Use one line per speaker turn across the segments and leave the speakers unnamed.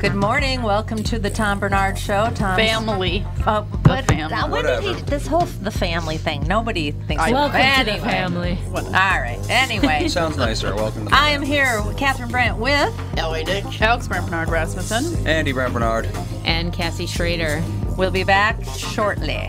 Good morning. Welcome to the Tom Bernard Show. Tom
Family.
Oh,
The family.
Now, when did he? This whole the family thing. Nobody thinks.
I- Welcome to the
Anyway.
family.
What- All right. Anyway,
Sounds nicer. Welcome to the
I am here, with Catherine Brandt, with
Ellie Dick. Alex Brant Bernard Rasmussen.
Andy Brant Bernard.
And Cassie Schrader.
We'll be back shortly.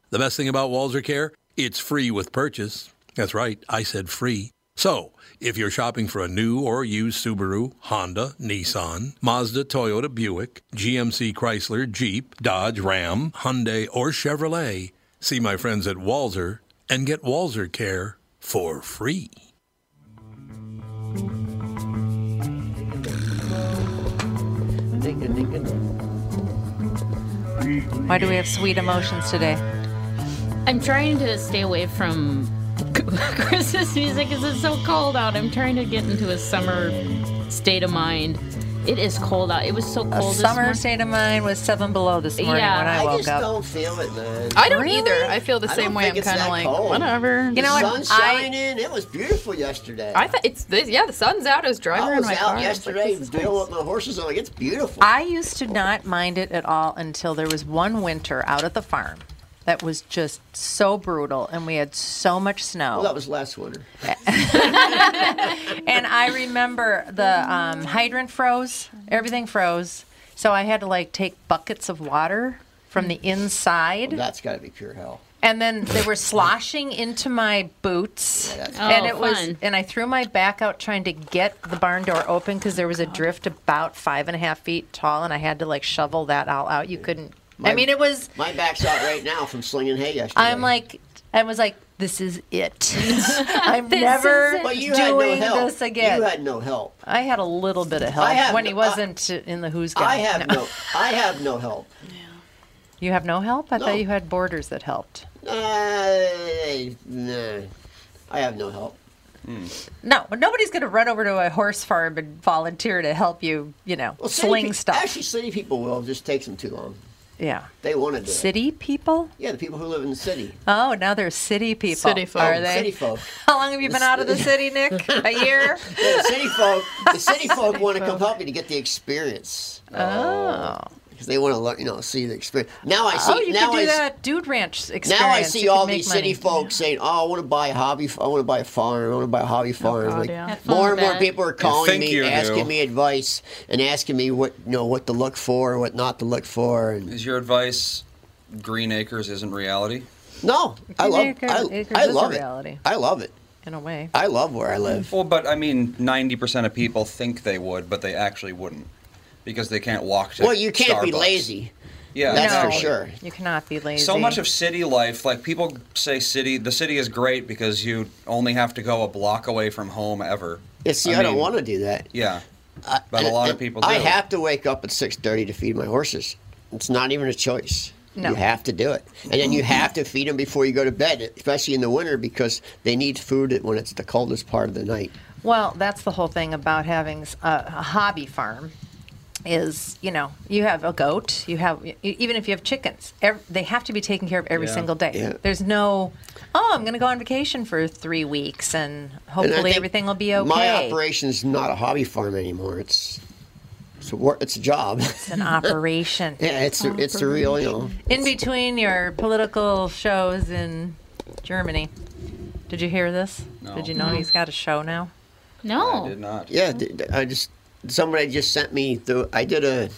The best thing about Walzer Care? It's free with purchase. That's right, I said free. So, if you're shopping for a new or used Subaru, Honda, Nissan, Mazda, Toyota, Buick, GMC, Chrysler, Jeep, Dodge, Ram, Hyundai, or Chevrolet, see my friends at Walzer and get Walzer Care for free.
Why do we have sweet emotions today?
I'm trying to stay away from Christmas music because it's so cold out. I'm trying to get into a summer state of mind. It is cold out. It was so cold
A
this
summer
morning.
state of mind was seven below this morning
Yeah,
when I,
I
woke
just
up.
don't feel it, man.
I don't
Really?
either. I feel the
I
same
don't
way.
think
I'm
it's
kind of
that
like
cold.
whatever.
You know what?
Sun's
I
shining. It was beautiful yesterday.
I thought it's this, yeah. The sun's out. I was driving
I
around
was
my
out
car. I was like,
yesterday
this is
dealing
nice.
with my horses. I'm like, it's beautiful.
I used to not mind it at all until there was one winter out at the farm that was just so brutal, and we had so much snow.
well, that was last winter.
And I remember the um, hydrant froze, everything froze. So I had to like take buckets of water from the inside,
That's got to be pure hell.
and then they were sloshing into my boots. and
Oh,
it was,
fun.
and I threw my back out trying to get the barn door open because there was a drift about five and a half feet tall, and I had to like shovel that all out. You couldn't. I
My-
mean, it was.
My back's out right now from slinging hay yesterday.
I'm like, I was like, this is it. I'm never
but you had no
doing
help.
this again.
You had no help.
I had a little bit of help
I have
when
no-
he wasn't in the Who's Guy.
I have no. I have no help.
You have no help? I
No.
thought you had borders that helped.
Uh, nah, I have no help.
Hmm.
No, but nobody's going to run over to a horse farm and volunteer to help you, you know,
Well, city
sling
pe-
stuff.
Actually, city people will. It just takes them too long.
yeah.
They want to do it.
City people?
Yeah, the people who live in the city.
Oh, now they're city people.
City folk.
Are they?
City folk.
How long have you been out of the city, Nick? A year?
Yeah, the city folk. The city folk want to come help you to get the experience.
Oh.
Because they want to learn, you know, see the experience. Now I see.
oh, you
now
could do
I, s-
that dude ranch experience.
Now I
You
see
could
all
make
these city
money.
folks saying, "Oh, I want to buy a hobby. f- I want to buy a farm. I want to buy a
Oh,
hobby farm."
God,
like,
yeah.
Have fun
more and
with
more
that.
people are
think
calling me,
you
asking
do.
me advice, and asking me what you know, what to look for, what not to look for. And
Is your advice Green Acres isn't reality?
no, I
Green
love,
Acres-
I,
Acres
I
is a
love
reality.
it. I love it.
In a way.
I love where I live.
Well, but I mean, 90% of people think they would, but they actually wouldn't because they can't walk to
Well, you can't be
Starbucks.
lazy.
Yeah,
That's
no,
for sure.
You cannot be lazy.
So much of city life, like people say, city the city is great because you only have to go a block away from home ever.
Yeah, see, I, don't want to do that.
Yeah, but a
And-
lot of
and
people.
I
do.
have to wake up at six thirty to feed my horses. It's not even a choice.
No.
You have to do it, and then you have to feed them before you go to bed, especially in the winter because they need food when it's the coldest part of the night.
Well, that's the whole thing about having s- a, a hobby farm. Is you know you have a goat, you have e- even if you have chickens, ev they have to be taken care of every
Yeah.
single day.
Yeah.
There's no, oh, I'm going to go on vacation for three weeks and
And I
hopefully
think
everything will be okay.
My operation's not a hobby farm anymore. It's it's a, wor- it's a job.
It's an operation.
yeah, it's
Oh,
a, it's the real you know.
In between your political shows in Germany, did you hear this?
No.
Did you know he's got a show now?
No.
I did not.
Yeah, th- th- I just somebody just sent me the. I did a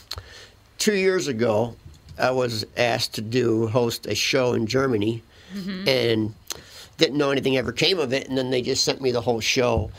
two years ago. I was asked to do host a show in Germany, and didn't know anything ever came of it. And then they just sent me the whole show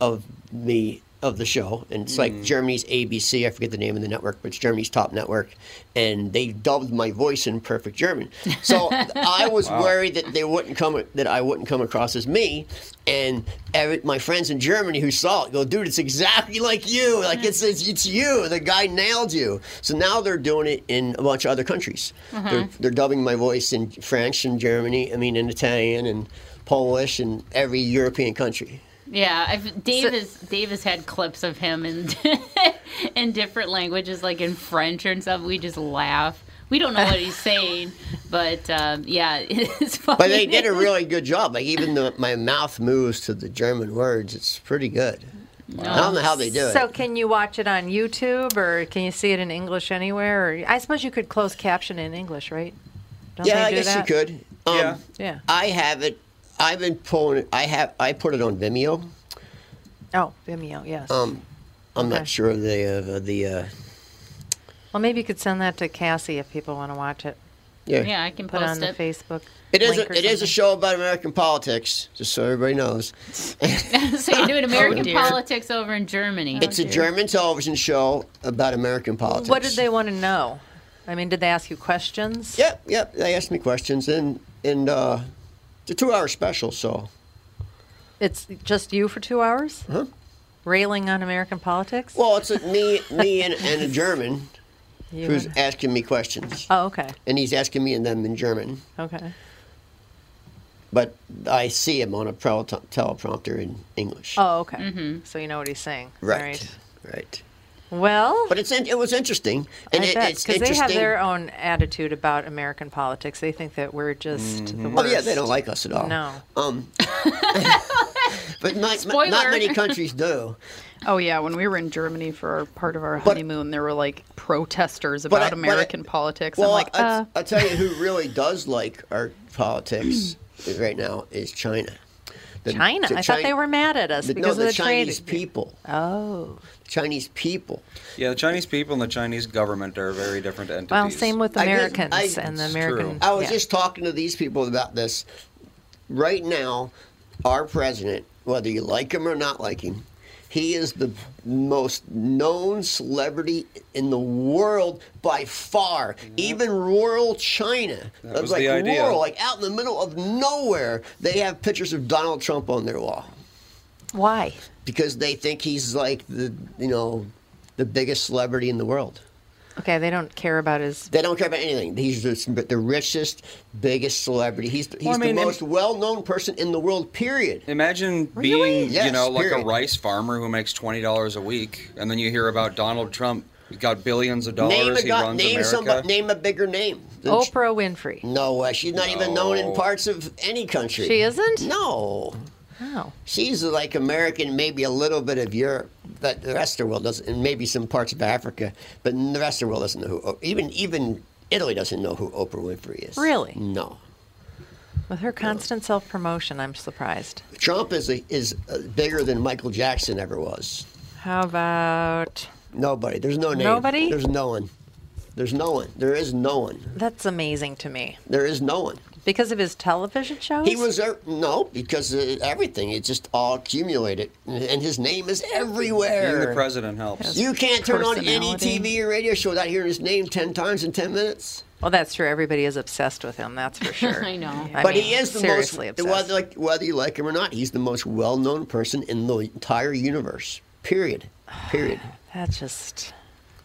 of me of the show, and it's
Hmm.
like Germany's ABC. I forget the name of the network, but it's Germany's top network, and they dubbed my voice in perfect German. So I was worried that they wouldn't come that I wouldn't come across as me. And every, my friends in Germany who saw it go, dude, it's exactly like you. Like it's it's, it's you. The guy nailed you. So now they're doing it in a bunch of other countries.
Mm-hmm.
They're, they're dubbing my voice in French and Germany. I mean, in Italian and Polish and every European country.
Yeah, I've, Dave has Dave has had clips of him in in different languages, like in French and stuff. We just laugh. We don't know what he's saying, but um, yeah, it's funny.
But they did a really good job. Like even the, my mouth moves to the German words. It's pretty good. I
Oh.
don't know how they do
So
it.
can you watch it on YouTube or can you see it in English anywhere? Or I suppose you could close caption in English, right? Don't
Yeah,
they
I
do
guess
that?
you could. Um,
Yeah.
Yeah.
I have it. I've been pulling it. I have. I put it on Vimeo. Um,
Oh, Vimeo, yes.
I'm
Okay.
not sure of the uh, the. Uh,
well, maybe you could send that to Cassie if people want to watch it.
yeah.
yeah, I can
Put
post
it on the
it.
Facebook.
It is.
link
A,
or
it is a
something.
show about American politics, just so everybody knows. Oh,
so you're doing American
dear.
politics Oh, over in Germany.
it's a German television show about American politics.
Oh, What did they want to know? I mean, did they ask you questions?
Yep, yep. They asked me questions, and and uh, it's a two-hour special, so
It's just you for two hours? Huh? Railing on American politics?
Uh-huh. well, it's a, me, me, and, and a German
You
who's
and-
asking me questions,
oh, okay.
and he's asking me and them in German.
Okay.
But I see him on a pro- teleprompter in English.
Oh, okay. So you know what he's saying.
Mm-hmm. right,
All
right.
Well,
But it's in, it was interesting, and
I
it,
bet
it's
because they
interesting.
have their own attitude about American politics. They think that we're just the
Oh
worst.
yeah, they don't like us at all.
No.
Um, but not,
Spoiler.
not many countries do.
Oh yeah, when we were in Germany for our, part of our
But-
honeymoon, there were like protesters
But I-
about
but I-
American politics.
Well,
I'm like,
I,
uh,
will tell you who really does like our politics right now is China. The-
China.
the
I
Chi-
thought they were mad at us
the- no,
because
the,
of the
Chinese
trade.
people. Oh, Chinese people.
Yeah, the Chinese people and the Chinese government are very different entities.
Well, same with
I guess-
Americans
I-
and the
It's
American.
I was
yeah.
just talking to these people about this. Right now, our president, whether you like him or not like him, he is the most known celebrity in the world by far. Even rural China.
That was
like
the idea.
rural, like out in the middle of nowhere, they have pictures of Donald Trump on their wall
Why?
because they think he's like the, you know, the biggest celebrity in the world.
Okay, they don't care about his.
They don't care about anything. He's just the richest, biggest celebrity. He's, he's
Well, I mean,
the most
im-
well-known person in the world. Period.
Imagine being, you
Yes,
know, like
period.
a rice farmer who makes twenty dollars a week, and then you hear about Donald Trump He's got billions of dollars.
name a
he
guy-
runs
name
America.
somebody, name a bigger name. than Ch-
Oprah Winfrey.
No way. She's not even known in parts of any country.
She isn't?
No.
Oh.
She's like American, maybe a little bit of Europe, but the rest of the world doesn't, and maybe some parts of Africa, but the rest of the world doesn't know who. O- Even even Italy doesn't know who Oprah Winfrey is.
Really?
No.
With her constant self promotion, I'm surprised.
Trump is a, is uh, bigger than Michael Jackson ever was.
How about.
Nobody. There's no name.
Nobody?
There's no one. There's no one. There is no one.
That's amazing to me.
There is no one.
Because of his television shows?
He was er- no because uh, everything. It just all accumulated, and his name is everywhere.
Being the president helps.
You can't turn on any
personality.
TV or radio show without hearing his name ten times in ten minutes.
Well, that's true. Everybody is obsessed with him. That's for sure.
I know.
I
but
mean,
he is the
seriously
most
obsessed.
whether like whether you like him or not, he's the most well-known person in the entire universe. Period. Period.
That just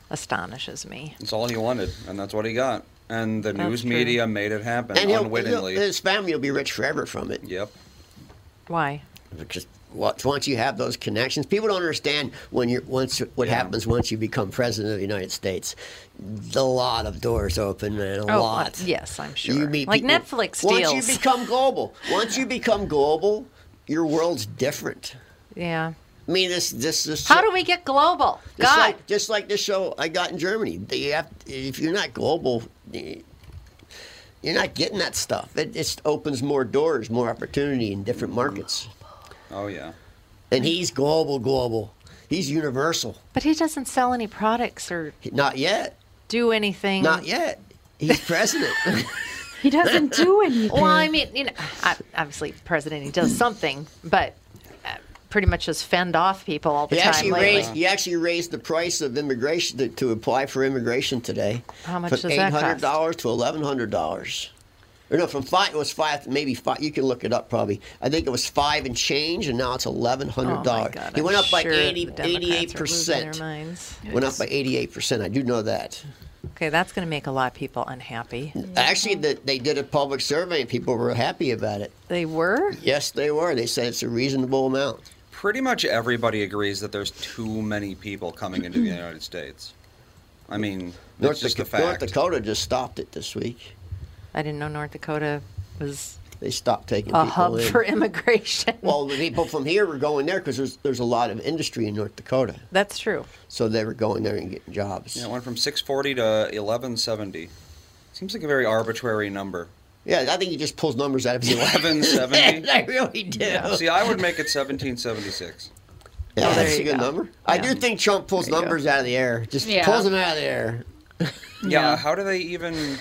astonishes me.
That's all he wanted, and that's what he got. And the
That's
news
true.
media made it happen
And he'll, he'll,
unwittingly.
his family will be rich forever from it.
yep.
Why?
Because once once you have those connections, people don't understand when you're once what happens once you become president of the United States. A lot of doors open, man. A
Oh,
lot.
Yes, I'm sure.
You meet
like
people-
Netflix
Once
deals.
you become global, once you become global, your world's different.
yeah.
I mean, this this this.
How do we get global?
Just
God.
like, just like this show I got in Germany. They- You have, if you're not global, you- you're not getting that stuff. It just opens more doors, more opportunity in different markets.
Oh yeah.
And he's global, global. He's universal.
but he doesn't sell any products or
He- Not yet.
do anything.
Not yet. He's president.
He doesn't do anything.
Well, I mean, you know, I, obviously, president, he does something, but uh, pretty much just fend off people all the
he
time.
actually
lately.
raised. He actually raised the price of immigration to, to apply for immigration today.
How much
from
does that cost?
dollars to eleven hundred dollars. Or no, from five it was five, maybe five. You can look it up probably. I think it was five and change, and now it's eleven hundred
Oh my
dollars.
God,
He went
I'm
up by
sure
eighty,
the Democrats are
eighty-eight
losing their
percent.
minds. Mm-hmm.
Went up by eighty-eight percent. I do know that.
Okay, that's going to make a lot of people unhappy. Mm-hmm.
Actually, that they did a public survey, and people were happy about it.
They were?
Yes, they were. They said it's a reasonable amount.
Pretty much everybody agrees that there's too many people coming into the United States. I mean,
North,
that's just
Daco-
a fact.
North Dakota just stopped it this week.
I didn't know North Dakota was
They stopped taking
a
people
hub
in.
for immigration.
Well, the people from here were going there because there's there's a lot of industry in North Dakota,
that's true.
so they were going there and getting jobs.
Yeah,
Yeah,
it went from 640 to 1170. Seems like a very arbitrary number.
I think he just pulls numbers out of his eleven.
1170.
I really do. Yeah,
See, I would make it 1776.
there
that's a
you
good
go.
number. I do think Trump pulls numbers out of the air. Just
Yeah.
pulls them out of the air.
Yeah,
Yeah.
how do they even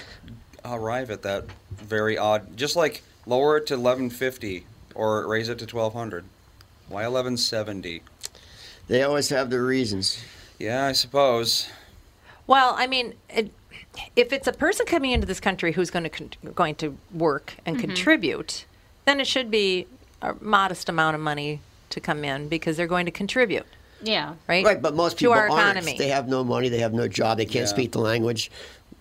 arrive at that very odd? Just like lower it to 1150 or raise it to 1200. Why 1170?
They always have their reasons.
Yeah, I suppose.
Well, I mean, it, if it's a person coming into this country who's going to con- going to work and contribute, then it should be a modest amount of money to come in because they're going to contribute,
yeah.
right?
Right, but most people
to our
aren't.
economy.
They have no money. They have no job. They can't
Yeah.
speak the language.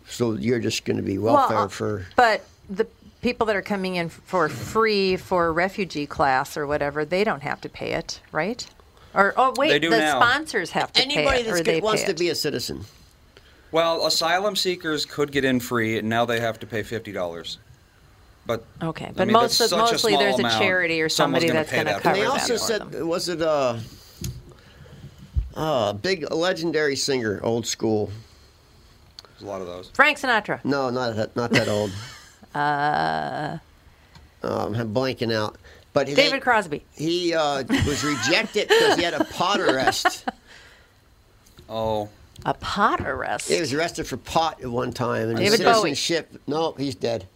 So you're just going to be
Well,
welfare
uh,
for.
But the people that are coming in for free for refugee class or whatever, they don't have to pay it, right? Or oh wait,
They do
the
now.
sponsors have to pay
Anybody
it, or
that
they
wants
pay
to
it.
be a citizen.
Well, asylum seekers could get in free, and now they have to pay $50. But
Okay,
I
but
mean,
most-
that's such a
mostly
small
there's a
amount.
charity or
Someone's
somebody
gonna
that's
pay
gonna
that
cover
They
for
that
also
for
said,
them.
was it uh, uh, big legendary singer, old school?
There's a lot of those.
Frank Sinatra.
No, not that, not that old. uh, I'm blanking out. But he-
David Crosby.
He uh, was rejected because he had a pot arrest.
Oh,
A pot arrest.
He was arrested for pot at one time. And his
David Bowie.
citizenship. No, he's dead.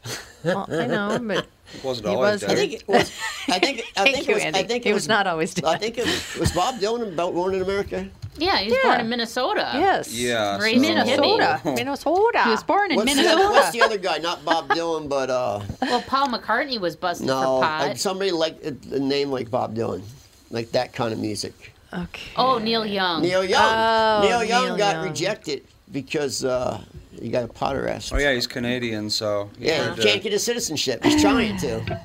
Well, I know, but
wasn't
He
always
was
dead.
I think it was. I think. I
Thank
think
you,
it was, I
Andy.
think
He was not always
I
dead.
think it was, was Bob Dylan about born in America.
Yeah, he was born in Minnesota.
yes.
Yeah.
Raised
so-
Minnesota.
Minnesota.
He was born in
What's the,
Minnesota.
other, what's the other guy? Not Bob Dylan, but uh,
Well, Paul McCartney was busted
No,
for
uh,
pot.
somebody like a a name like Bob Dylan, like that kind of music.
Okay.
Oh, Neil Young.
Neil Young.
Oh,
Neil Young
Neil
got
Young.
rejected because uh, he got a pot arrest.
Oh, yeah, he's Canadian, so. he
Yeah,
could,
he
uh,
can't get his citizenship. He's trying to.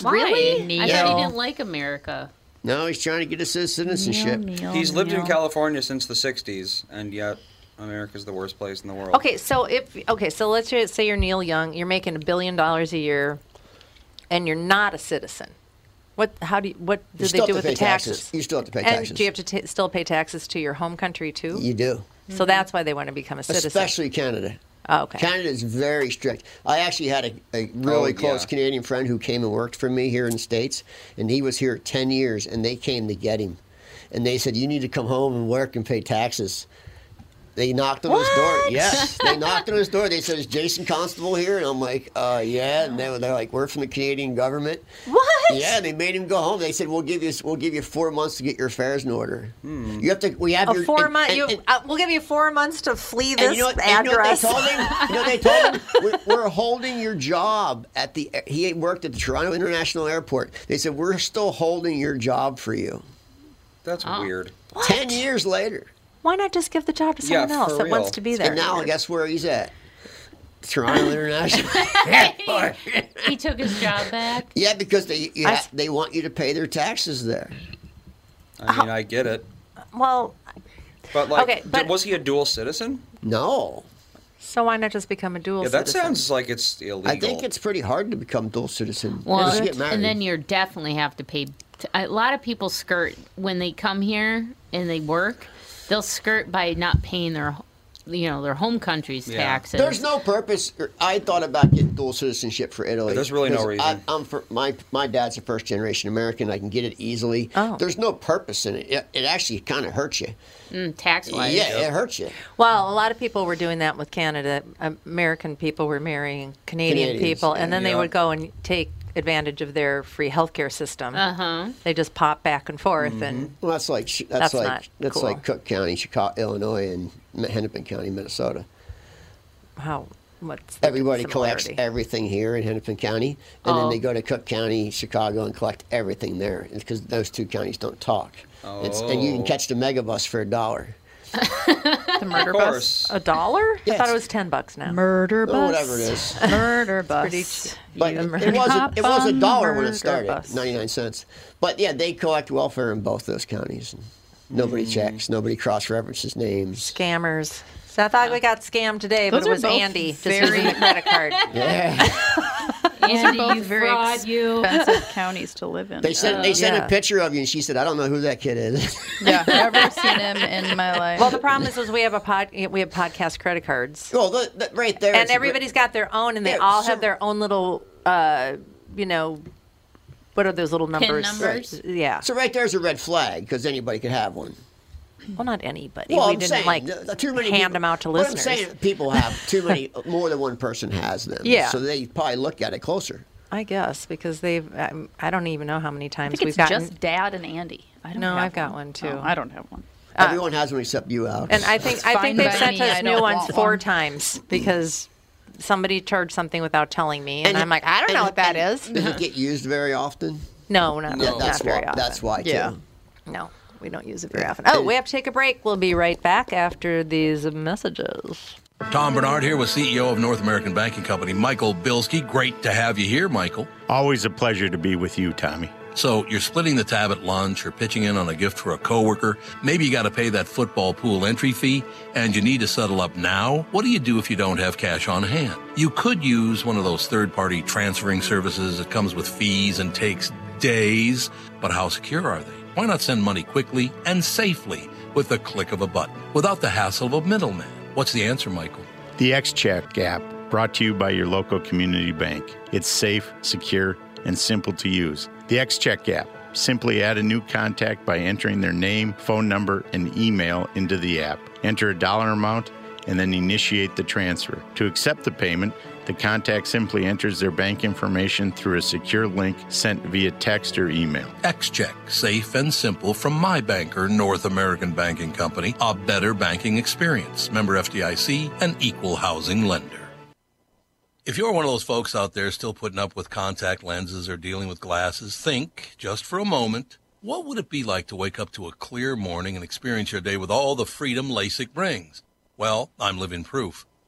Why?
Really?
I thought
Neil.
he didn't like America.
No, he's trying to get his citizenship.
He's lived in California since the 60s, and yet America's the worst place in the world.
Okay, so if okay, so let's ju- say you're Neil Young, you're making a billion dollars a year, and you're not a citizen. What? How do you? What do
You
they
still
do with
have to
the
pay taxes.
taxes?
You still have to pay
and
taxes.
do you have to ta still pay taxes to your home country too?
You do.
So that's why they want to become a citizen.
Especially Canada.
Oh, okay.
Canada is very strict. I actually had a, a really
Oh,
close
yeah.
Canadian friend who came and worked for me here in the States, and he was here 10 years, and they came to get him. And they said, You need to come home and work and pay taxes. They knocked on his door. Yes, they knocked on his door. They said, "Is Jason Constable here?" And I'm like, "Uh, yeah." And they were, they're like, "We're from the Canadian government."
What?
Yeah, and they made him go home. They said, "We'll give you we'll give you four months to get your affairs in order.
Hmm.
You have to we have
A
your
four
and-
month.
and-
You,
and-
uh, we'll give you four months to flee this
and you know, what- and you know what
address.
they told him? You know what they told him? We're, we're holding your job at the. air- He worked at the Toronto International Airport. They said we're still holding your job for you.
That's weird.
Ten years later,
why not just give the job to
Yeah,
someone else
for
that wants
real.
to be there?
and now guess where he's at? Toronto International.
He took his job back.
yeah, because they you
I
ha-
s-
they want you to pay their taxes there.
I mean, I get it.
well,
But like,
Okay,
d-
but-
was he a dual citizen?
No,
so why not just become a dual
Yeah, that
citizen?
sounds like it's illegal.
I think it's pretty hard to become dual citizen.
Well,
Once you get married.
and then you definitely have to pay. T- a lot of people skirt when they come here and they work. They'll skirt by not paying their, you know, their home country's
Yeah.
taxes.
There's no purpose. I thought about getting dual citizenship for Italy.
There's really no
'Cause
reason.
I, I'm for, my my dad's a first generation American. I can get it easily.
Oh.
There's no purpose in it. It, it actually kind of hurts you.
Mm, tax wise.
yeah, it hurts you.
Well, a lot of people were doing that with Canada. American people were marrying Canadian
Canadians,
people, and then they
yeah.
would go and take advantage of their free healthcare system. Uh-huh. They just pop back and forth, and
Mm-hmm. Well, that's like that's,
That's not
like that's
cool.
like Cook County, Chicago, Illinois, and Ma- Hennepin County, Minnesota.
how what's the
Everybody collects
similarity?
everything here in Hennepin County, and
Oh.
then they go to Cook County, Chicago, and collect everything there because those two counties don't talk. It's, and you
Oh.
can catch the megabus for a dollar.
The murder
of course.
a dollar. I thought
Yes.
it was ten bucks now.
Murder bus.
Or Oh, whatever it is.
Murder bus.
pretty cheap.
But
You
it,
murder
it was a, it was a
bus,
dollar when
murder
it started,
bus.
ninety nine cents. But yeah, they collect welfare in both those counties. And nobody checks. Nobody cross references names.
Hmm. Scammers. So I thought we got scammed today,
Those
but it
are
was
both
Andy just
very-
using the credit card.
Yeah,
Andy,
Both
you
very
fraud, you.
expensive counties to live in.
they sent they sent
yeah.
a picture of you, and she said, "I don't know who that kid is."
yeah, never seen him in my life.
Well, the problem is, is we have a pod, we have podcast credit cards,
well, the, the, right there.
and
it's a great-
everybody's got their own, and they
Yeah,
all
so-
have their own little, uh, you know, what are those little numbers?
numbers? Right.
Yeah.
So right there's a red flag because anybody could have one.
Well, not anybody.
Well,
we
I'm
didn't
saying,
like
uh, too many
hand
people-
them out to
what
listeners.
I'm saying people have too many. More than one person has them.
Yeah.
So they probably look at it closer.
I guess because they've. Um, I don't even know how many
I
times
think
we've
it's
gotten.
just Dad and Andy. I don't
No,
have
I've got one, too.
Oh, I don't have one.
Everyone has one except you, Alex.
Uh, and I think I
fine
think they've
by
sent
me. I
us new
don't
ones
want
four
one.
times because somebody charged something without telling me, and,
And-
I'm like, I don't know
and-
what that
and
is.
Does it get used very often?
No, not,
Yeah,
not
that's
very
why.
often.
That's why. Too.
Yeah.
No, we don't use it very often. Oh, we have to take a break. We'll be right back after these messages.
Tom Bernard here with CEO of North American Banking Company, Michael Bilski. Great to have you here, Michael.
Always a pleasure to be with you, Tommy.
So you're splitting the tab at lunch or pitching in on a gift for a coworker. Maybe you got to pay that football pool entry fee and you need to settle up now. What do you do if you don't have cash on hand? You could use one of those third party transferring services that comes with fees and takes days, but how secure are they? Why not send money quickly and safely with the click of a button without the hassle of a middleman? What's the answer, Michael?
The XCheck app, brought to you by your local community bank. It's safe, secure, and simple to use. The XCheck app. Simply add a new contact by entering their name, phone number, and email into the app. Enter a dollar amount and then initiate the transfer. To accept the payment, the contact simply enters their bank information through a secure link sent via text or email.
XCheck, safe and simple from my banker, North American Banking Company, a better banking experience. Member FDIC, an equal housing lender. If you're one of those folks out there still putting up with contact lenses or dealing with glasses, think just for a moment. What would it be like to wake up to a clear morning and experience your day with all the freedom LASIK brings? Well, I'm living proof.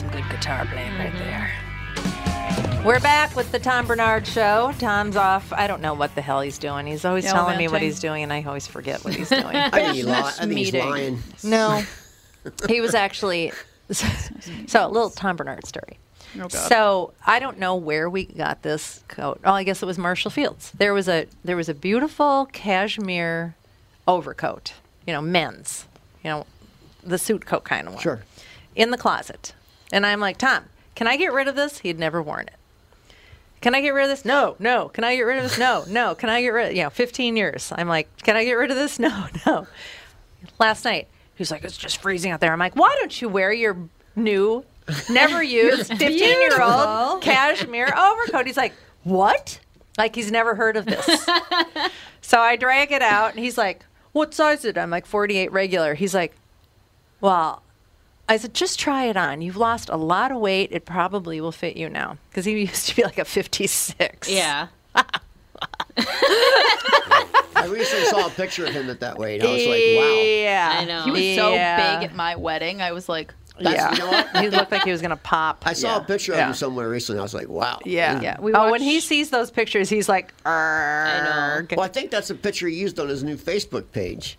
some good guitar playing
Mm-hmm.
right there. We're back with the Tom Bernard Show. Tom's off. I don't know what the hell he's doing. He's always
Yeah,
telling me what
venting.
he's doing, and I always forget what he's doing.
I think he li- I think he's Business lying. meeting.
No, he was actually. So a little Tom Bernard story.
Oh, God.
so I don't know where we got this coat. Oh, I guess it was Marshall Fields. There was a there was a beautiful cashmere overcoat. You know, men's. You know, the suit coat kind of one. Sure. In the closet, and I'm like, Tom, can I get rid of this? He'd never worn it. Can I get rid of this? No, no. Can I get rid of this? No, no. Can I get rid? You know, 15 years. I'm like, can I get rid of this? No, no. Last night, he's like, it's just freezing out there. I'm like, why don't you wear your new, never used, 15 year
Beautiful.
old cashmere overcoat? He's like, what? Like he's never heard of this. so I drag it out, and he's like, what size is it? I'm like, 48 regular. He's like, well, I said, just try it on. You've lost a lot of weight. It probably will fit you now. Because he used to be like a 56.
Yeah.
I recently saw a picture of him at that weight. and I was like, wow.
Yeah.
I know.
He was
Yeah.
so big at my wedding. I was like,
That's,
yeah.
You know what?
he looked like he was going to pop.
I saw a picture of
Yeah.
him somewhere recently. and I was like, wow.
Yeah.
Yeah, we
oh, when he
watched-
sees those pictures, he's like, I
Well, I think that's a picture he used on his new Facebook page.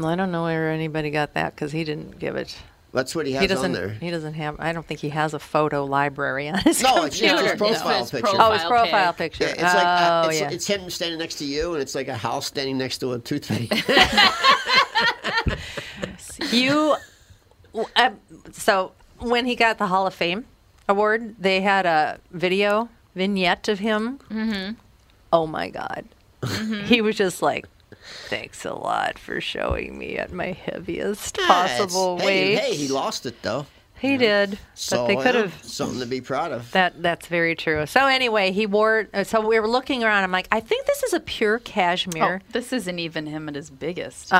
I don't know where anybody got that because he didn't give it.
That's what he has
He doesn't.
on there.
He doesn't have. I don't think he has a photo library on his.
no, it's just his
computer.
profile
It's his
picture.
oh, his
Profile
profile
pic.
picture.
Yeah, it's like uh,
oh,
it's,
yeah.
it's him standing next to you, and it's like a house standing next to a toothpaste.
you w- uh, so when he got the hall of fame award they had a video vignette of him mm-hmm. oh my god
Mm-hmm.
he was just like thanks a lot for showing me at my heaviest possible
hey,
weight
hey, he lost it though.
he did
So
but they
yeah,
could have
something to be proud of.
that that's very true. So anyway, he wore. uh, So we were looking around. I'm like, I think this is a pure
oh,
cashmere. Uh,
this isn't even him at his biggest.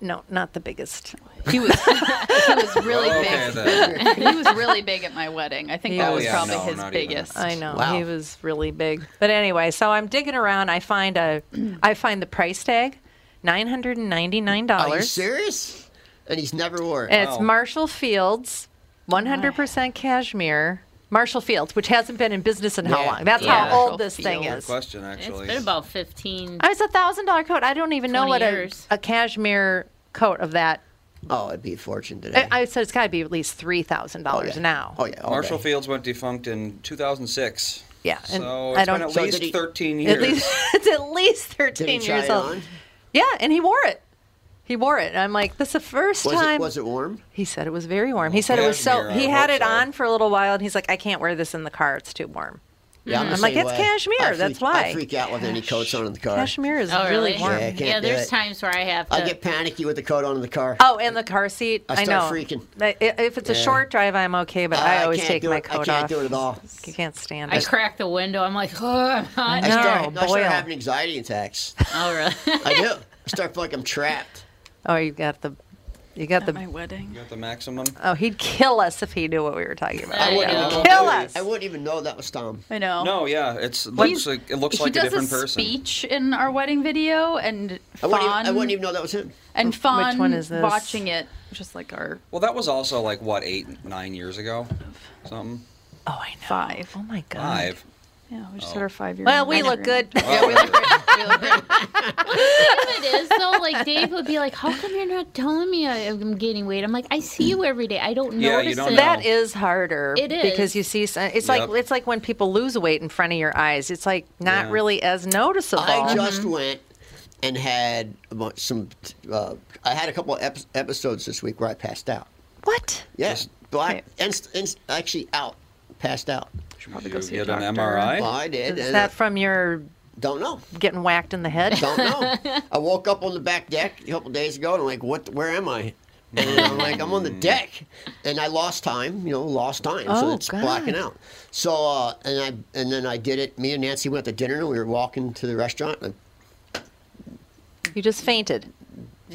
No, not the biggest.
he was he was really
Oh, Okay,
big.
then.
He was really big at my wedding. I think
He
that
Oh,
was
yeah,
probably
no,
his
not even.
biggest.
I know
Wow.
he was really big. But anyway, so I'm digging around. I find a, I find the price tag, nine hundred and ninety nine
Are you
dollars.
serious? And he's never wore it. Oh.
It's
Wow.
Marshall Fields, one hundred percent cashmere. Marshall Fields, which hasn't been in business in how
Yeah.
long? That's
Yeah.
how old
Marshall
this thing
Fields.
Good
is.
question,
It's
actually.
been about 15.
I was a thousand dollar coat. I don't even know
20
what a,
years.
a cashmere coat of that.
oh, it'd be a fortune today.
I, I said it's got to be at least three thousand
Oh,
dollars
yeah.
now.
Oh yeah, all
Marshall
day.
Fields went defunct in 2006.
Yeah, and
so
I
it's
don't-
been at
So
least
did he-
13 years.
At least it's at least
Did he
thirteen
try
years
it
old.
on?
Yeah, and he wore it. He wore it. And I'm like, this is the first
Was
time.
it was it warm?
He said it was very warm.
Oh,
He said it was so.
Cashmere, I
He had
hope
it
so.
on for a little while, and he's like, I can't wear this in the car. It's too warm.
Yeah,
I'm like, it's cashmere,
I freak,
that's
I
why.
freak out with any coats on in the car.
Cashmere is
Oh,
really,
really?
warm.
Yeah, I can't
yeah,
do
there's
it.
times where I have to.
I get panicky with the coat on in the car.
Oh, and the car seat.
I
I,
start
know.
freaking.
I- i- If it's a
Yeah.
short drive, I'm okay, but
Uh,
I always
can't
take
do
my
it.
coat
I can't
off.
do it at all.
You can't stand
I
it.
crack the window. I'm like, oh, I'm
I
hot.
start,
No,
I
boil.
start having anxiety attacks.
Oh, really?
I do. I start feeling like I'm trapped.
oh, you got the, you got
my
the.
wedding.
You got the maximum.
Oh, he'd kill us if he knew what we were talking about.
I
wouldn't
know.
even
Kill
I wouldn't-
us.
I wouldn't even know that was Tom.
I know.
No, yeah, it's looks like it looks
he
like a
does
different person.
speech in our wedding video, and
I
Fawn,
wouldn't, even, I wouldn't even know that was him.
and Fawn
one is this?
watching it, just like our
Well, that was also like what eight, nine years ago, something.
Oh, I know.
five.
Oh my God.
Five. Oh.
Yeah, we just had our five year.
Well, we look good.
Yeah, we look
it is though. Like Dave would be like, "How come you're not telling me I- I'm gaining weight?" I'm like, "I see you every day. I don't
Yeah, you
notice
don't
it."
know.
That is harder.
It
because
is.
you see, some- it's
Yep.
like it's like when people lose weight in front of your eyes. It's like not
Yeah.
really as noticeable. Mm-hmm.
I just went and had a bunch, some. Uh, I had a couple of epi- episodes this week where I passed out.
What?
Yes, black and, and actually out, passed out. Should
probably go You see a get an doctor. MRI?
Well, I did.
Is
and
that from your?
Don't know.
Getting whacked in the head.
Don't know. I woke up on the back deck a couple days ago and I'm like, what? Where am I? And I'm like, I'm on the deck, and I lost time. You know, lost time. so
Oh,
it's blacking
God.
out. So uh, and I and then I did it. Me and Nancy went to dinner and we were walking to the restaurant. And
you just fainted.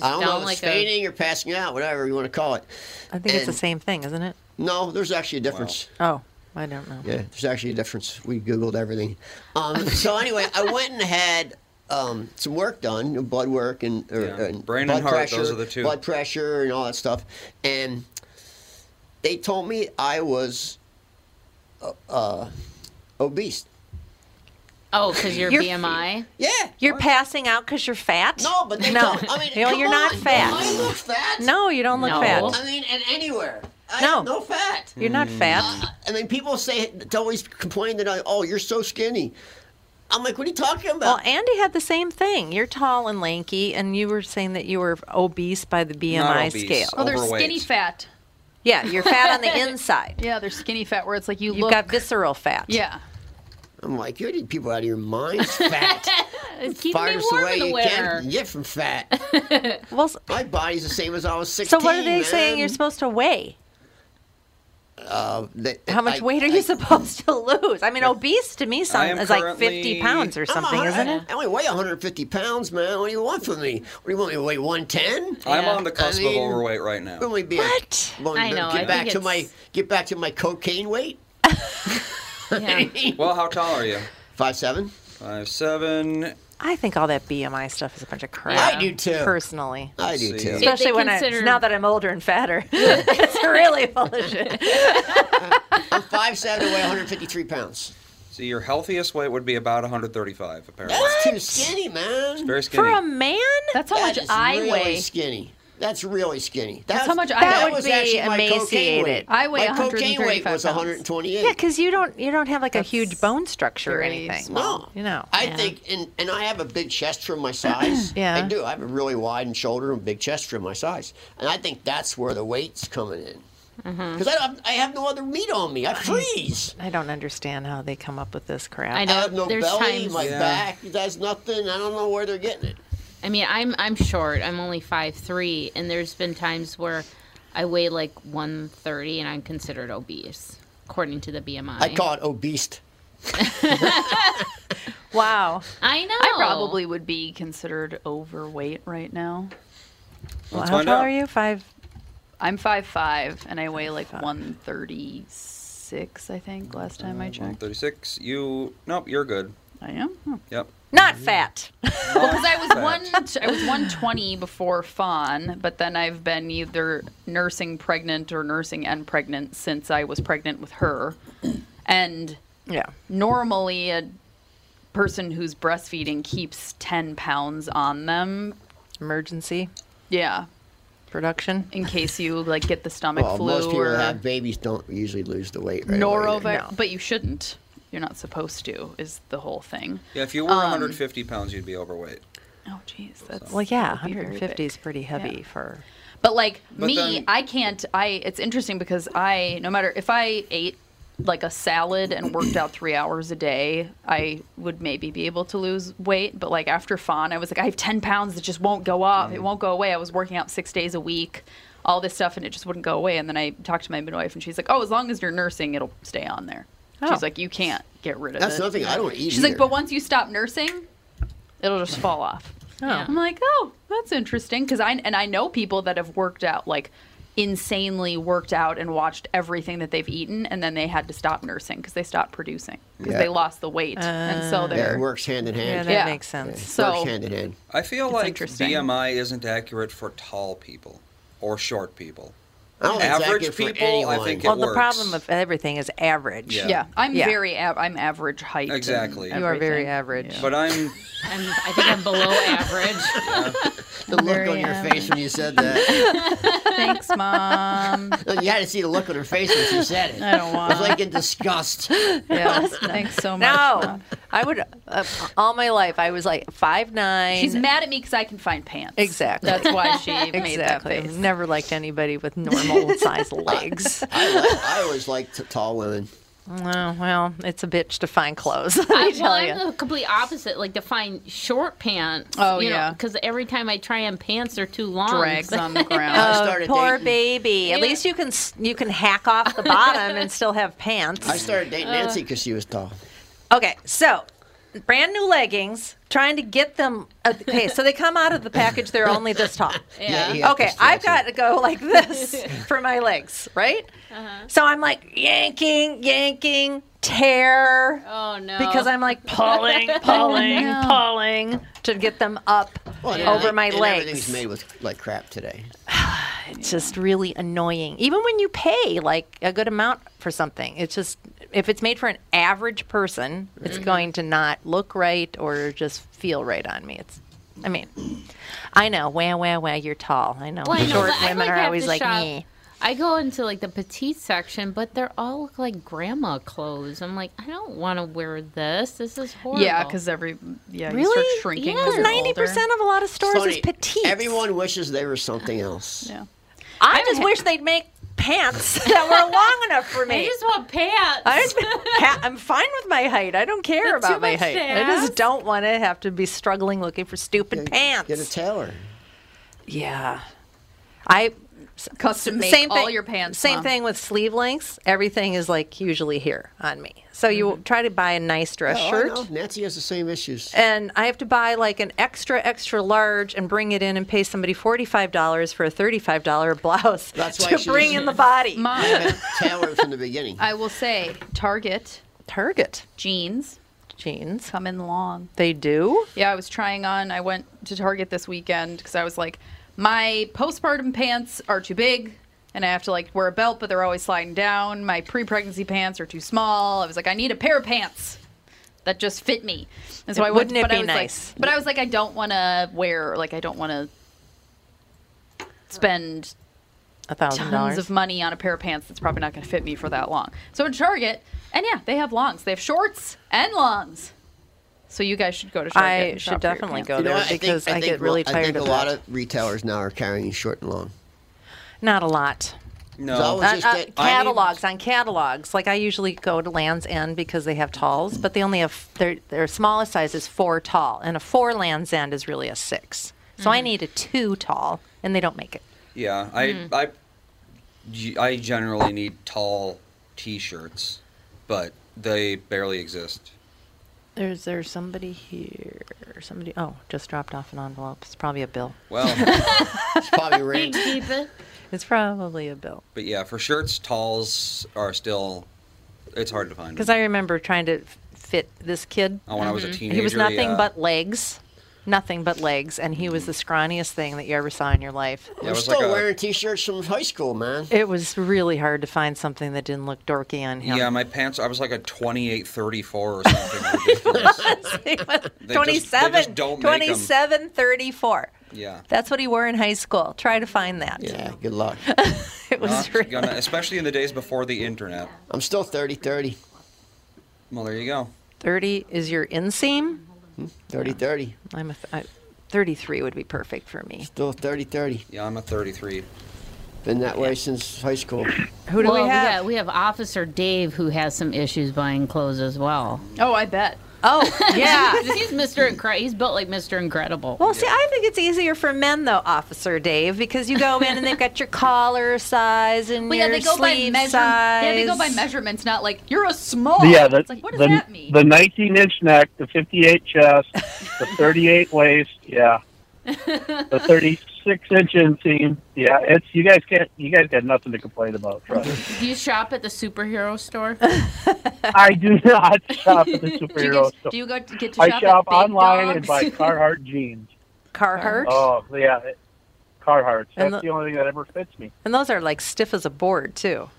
I don't know if it's fainting or passing out, whatever you want to call it.
I think it's the
And-
same thing, isn't it?
No, there's actually a difference.
Oh, I don't know.
Yeah, there's actually a difference. We Googled everything. Um, so anyway, I went and had um, some work done, you know, blood work and, or,
Yeah,
and
brain
blood
and heart,
pressure,
those are the two.
Blood pressure and all that stuff. And they told me I was uh, uh, obese.
Oh, because your
You're-
BMI.
Yeah.
You're passing out because you're fat.
No, but they
no,
don't- I mean,
You know,
come
you're not
on,
fat.
do I look fat?
No, you don't look
No.
fat.
I mean, and anywhere. I
No.
have no fat.
You're not
Mm.
fat.
Uh, I mean, people say they always complain that I, oh, you're so skinny. I'm like, what are you talking
Well,
about?
Andy had the same thing. You're tall and lanky, and you were saying that you were obese by the BMI
obese,
scale.
Oh, there's skinny fat.
Yeah, you're fat on the inside.
Yeah, there's skinny fat where it's like you
You've
look.
got visceral fat.
yeah.
I'm like, you're getting people out of your mind. Fat.
It's keeping me
Farthest
warm
away
in the
you
winter.
can get from fat.
well,
my body's the same as I was 16.
So what are they saying you're
man.
supposed to weigh?
Uh, they-
How much
I-
weight are you supposed to lose? I mean, obese to me
I
sounds
am
is like 50
currently-
pounds or
I'm
something,
a
isn't
hun-
it?
I only weigh 150 pounds, man. What do you want from me? What do you want me to weigh 110?
I'm on the cusp
I mean,
of overweight right now.
When we be what?
I know,
Get
I
back
think
to
it's-
my get back to my cocaine weight.
Well, how tall are you?
Five seven.
Five seven.
I think all that BMI stuff is a bunch of crap.
I do too.
Personally,
I do Let's see. too.
Especially
If they
when
consider-
I now that I'm older and fatter, it's really full of shit.
I'm five seven. I weigh 153 pounds.
See, your healthiest weight would be about 135, apparently.
That's too skinny, man.
It's very skinny.
man,
that's how
That
much
is
I
really
weigh.
Skinny. That's really skinny.
That's how much I
that
weigh.
was
That would be
actually my cocaine
emaciated.
weight.
I weigh
my cocaine weight
135
was
pounds.
128.
Yeah, because you don't you don't have like a huge bone structure or anything.
No,
you know.
I
yeah.
think, and, and I have a big chest for my size.
Yeah.
I do. I have a really wide and shoulder and big chest for my size, and I think that's where the weight's coming in.
Mm.
Because I don't, I have no other meat on me. I freeze.
I don't understand how they come up with this crap.
I know.
have no
there's
belly.
times-
My
Yeah.
back does nothing. I don't know where they're getting it.
I mean, I'm I'm short. I'm only five three, and there's been times where I weigh like one thirty, and I'm considered obese according to the BMI.
I call it obese.
Wow.
I know.
I probably would be considered overweight right now.
Well, how tall are you? Five.
I'm five five, and I weigh like one thirty six. I think last
Oh
time I checked.
136. You. Nope, you're good.
I am. Oh.
Yep.
Not fat.
Because I was one, I was one twenty before Fawn, but then I've been either nursing pregnant or nursing and pregnant since I was pregnant with her, and
yeah,
normally a person who's breastfeeding keeps ten pounds on them.
Emergency.
Yeah.
Production.
In case you like get the stomach
Well,
flu
most people
or
that have babies don't usually lose the weight right away.
norovirus,
either.
but you shouldn't. You're not supposed to. Is the whole thing.
Yeah, if you were
Um,
150 pounds, you'd be overweight.
Oh, jeez, that's
Well, yeah,
that would be very
150 is
big.
pretty heavy for.
But like
But
me,
then-
I can't. I it's interesting because I no matter if I ate like a salad and worked out three hours a day, I would maybe be able to lose weight. But like after Fawn, I was like, I have ten pounds that just won't go off.
Mm.
It won't go away. I was working out six days a week, all this stuff, and it just wouldn't go away. And then I talked to my midwife, and she's like, Oh, as long as you're nursing, it'll stay on there.
Oh.
She's like, You can't get rid of
That's
it.
another thing I don't eat
She's like,
either.
But once you stop nursing, it'll just fall off.
Oh.
I'm like, oh, that's interesting because I and I know people that have worked out like insanely worked out and watched everything that they've eaten, and then they had to stop nursing because they stopped producing because
Yeah.
they lost the weight, and
Oh.
so
Yeah,
they're
it works hand in hand.
Yeah, that Yeah. makes
sense.
It
So-
works hand in hand.
I feel
It's
like
interesting.
BMI isn't accurate for tall people or short people.
I don't think it's accurate
Average
for
people, I
anyone.
think it
well, the
works.
problem of everything is average.
yeah. I'm very av- I'm average height. and
Exactly.
You are very
everything.
average.
But I'm
I'm, I think I'm below average.
The look on your face when you said that.
Thanks, mom.
you had to see the look on her face when she said it.
I don't
It was like in disgust.
Yeah, thanks so much.
No,
Mom.
I would. uh, all my life. I was like five nine.
She's mad at me because I can find pants.
Exactly.
That's why she made that
exactly.
face.
Never liked anybody with normal size legs.
I, li- I always liked t- tall women.
Oh, well, it's a bitch to find clothes. let
I,
me
well,
tell you.
I'm the complete opposite. Like to find short pants.
Oh,
you
yeah.
Because every time I try on pants, they're too long.
Drags
So-
on the ground.
I
Oh,
started
poor
dating-
baby. At least you can s- you can hack off the bottom and still have pants.
I started dating
Uh,
Nancy because she was tall.
Okay, so brand new leggings, trying to get them. uh, Okay, so they come out of the package, they're only this tall.
Yeah. you have to
Okay, I've
stretch
got
it.
to go like this for my legs, right? So I'm like yanking, yanking, tear.
Oh no.
Because I'm like pulling, pulling, pulling to get them up
Well, and
over
everything-
my
and
legs.
Everything's made with like crap today.
It's just really annoying. Even when you pay like a good amount for something, it's just if it's made for an average person, it's
Mm-hmm.
going to not look right or just feel right on me. It's, I mean, I know, wah wah wah, you're tall. I know,
Well, I know,
short
but I,
women
like,
are
have
always
to
like
shop-
me.
I go into like the petite section, but they're all look like grandma clothes. I'm like, I don't want to wear this. This is horrible.
Yeah, because every yeah you start
Really?
shrinking.
Yeah.
as you're
Ninety percent of a lot of stores
Funny,
is petite.
Everyone wishes they were something else.
older.
I just wish they'd make pants that were long enough for me.
I just want pants.
I just, ha- I'm fine with my height. I don't care
Not too
about my
much
height.
to
I just
ask.
don't want to have to be struggling looking for stupid pants.
Get a tailor.
yeah, I s-
Custom make
same
all
thing-
your pants,
Same
Mom.
thing with sleeve lengths. Everything is like usually here on me. So you
Mm-hmm.
try to buy a nice dress
Oh, I
shirt.
know. Nancy has the same issues.
And I have to buy like an extra, extra large and bring it in and pay somebody $45 for a $35 blouse
That's why
to
she
bring
was-
in the body.
I've
Mine,
been tailored from the beginning.
I will say, Target
Target
jeans
jeans.
come in long.
They do?
Yeah, I was trying on. I went to Target this weekend because I was like, my postpartum pants are too big, and I have to like wear a belt, but they're always sliding down. My pre-pregnancy pants are too small. I was like, I need a pair of pants that just fit me. And so I went.
Wouldn't it
but I
be
was
nice?
Like, but I was like, I don't want to wear. Like, I don't want to spend
A thousand
tons
dollars.
of money on a pair of pants that's probably not going to fit me for that long. So in Target, and yeah, they have longs. They have shorts and longs. So you guys should go to Target.
I
and shop
should
for your
definitely
pants.
go
You know
there
what? think-
because I,
think
get
a-
really
I
tired
think
of
a lot
that.
of retailers now are carrying short and long.
Not a lot.
No.
So I was
Uh,
just
uh,
that- I-
catalogs on catalogs. Like I usually go to Lands End because they have talls, but they only have their their smallest size is four tall, and a four Lands End is really a six. So I need a two tall, and they don't make it.
Yeah, I,
Mm-hmm.
I, g- I generally need tall T-shirts, but they barely exist.
There's there's somebody here. Somebody. Oh, just dropped off an envelope. It's probably a bill.
Well,
It's probably rent.
keep it.
It's probably a bill.
but yeah, for shirts, talls are still. It's hard to find.
Because I remember trying to f- fit this kid.
Oh, when I was a teenager,
He was nothing
yeah.
but legs. Nothing but legs, and he was the scrawniest thing that you ever saw in your life.
Yeah, it
I'm
was
still
like a-
wearing t-shirts from high school, man.
It was really hard to find something that didn't look dorky on him.
Yeah, my pants. I was like a twenty-eight, thirty-four or something. ridiculous.
He was
they
27,
don't make 'em.
27, 34.
Yeah.
That's what he wore in high school. Try to find that.
Yeah, good luck.
It was
Not
really,
gonna- especially in the days before the internet.
I'm still 30, 30,
Well, there you go.
30 is your inseam.
Hmm?
30, 30,
I'm a th- I, 33 would be perfect for me.
still 30, 30.
Yeah, I'm a 33.
Been that way since high school.
Who do
well,
we have?
we have Officer Dave who has some issues buying clothes as well.
Oh, I bet.
Oh, yeah.
he's Mr. Incredible. He's built like Mr. Incredible.
Well, see, I think it's easier for men though, Officer Dave, because you go in and they've got your collar size and
Well, yeah,
your
they go by
sleeve
measure-
size.
Yeah, they go by measurements, not like you're a small.
Yeah, the,
Oh, it's like what does
the,
that mean?
the 19 inch neck, the 58 chest, the 38 waist, yeah, the 36 inch inseam. Yeah, it's you guys can't you guys got nothing to complain about. Trust me.
Do you shop at the superhero store?
I do not shop at the
do, you
superhero
get,
store.
do you go to get to
I
shop,
shop
at Big
online
Dogs?
and buy Carhartt jeans.
Carhartt,
Oh yeah, it, Carhartts. That's
And the-
the only thing that ever fits me.
and those are like stiff as a board too.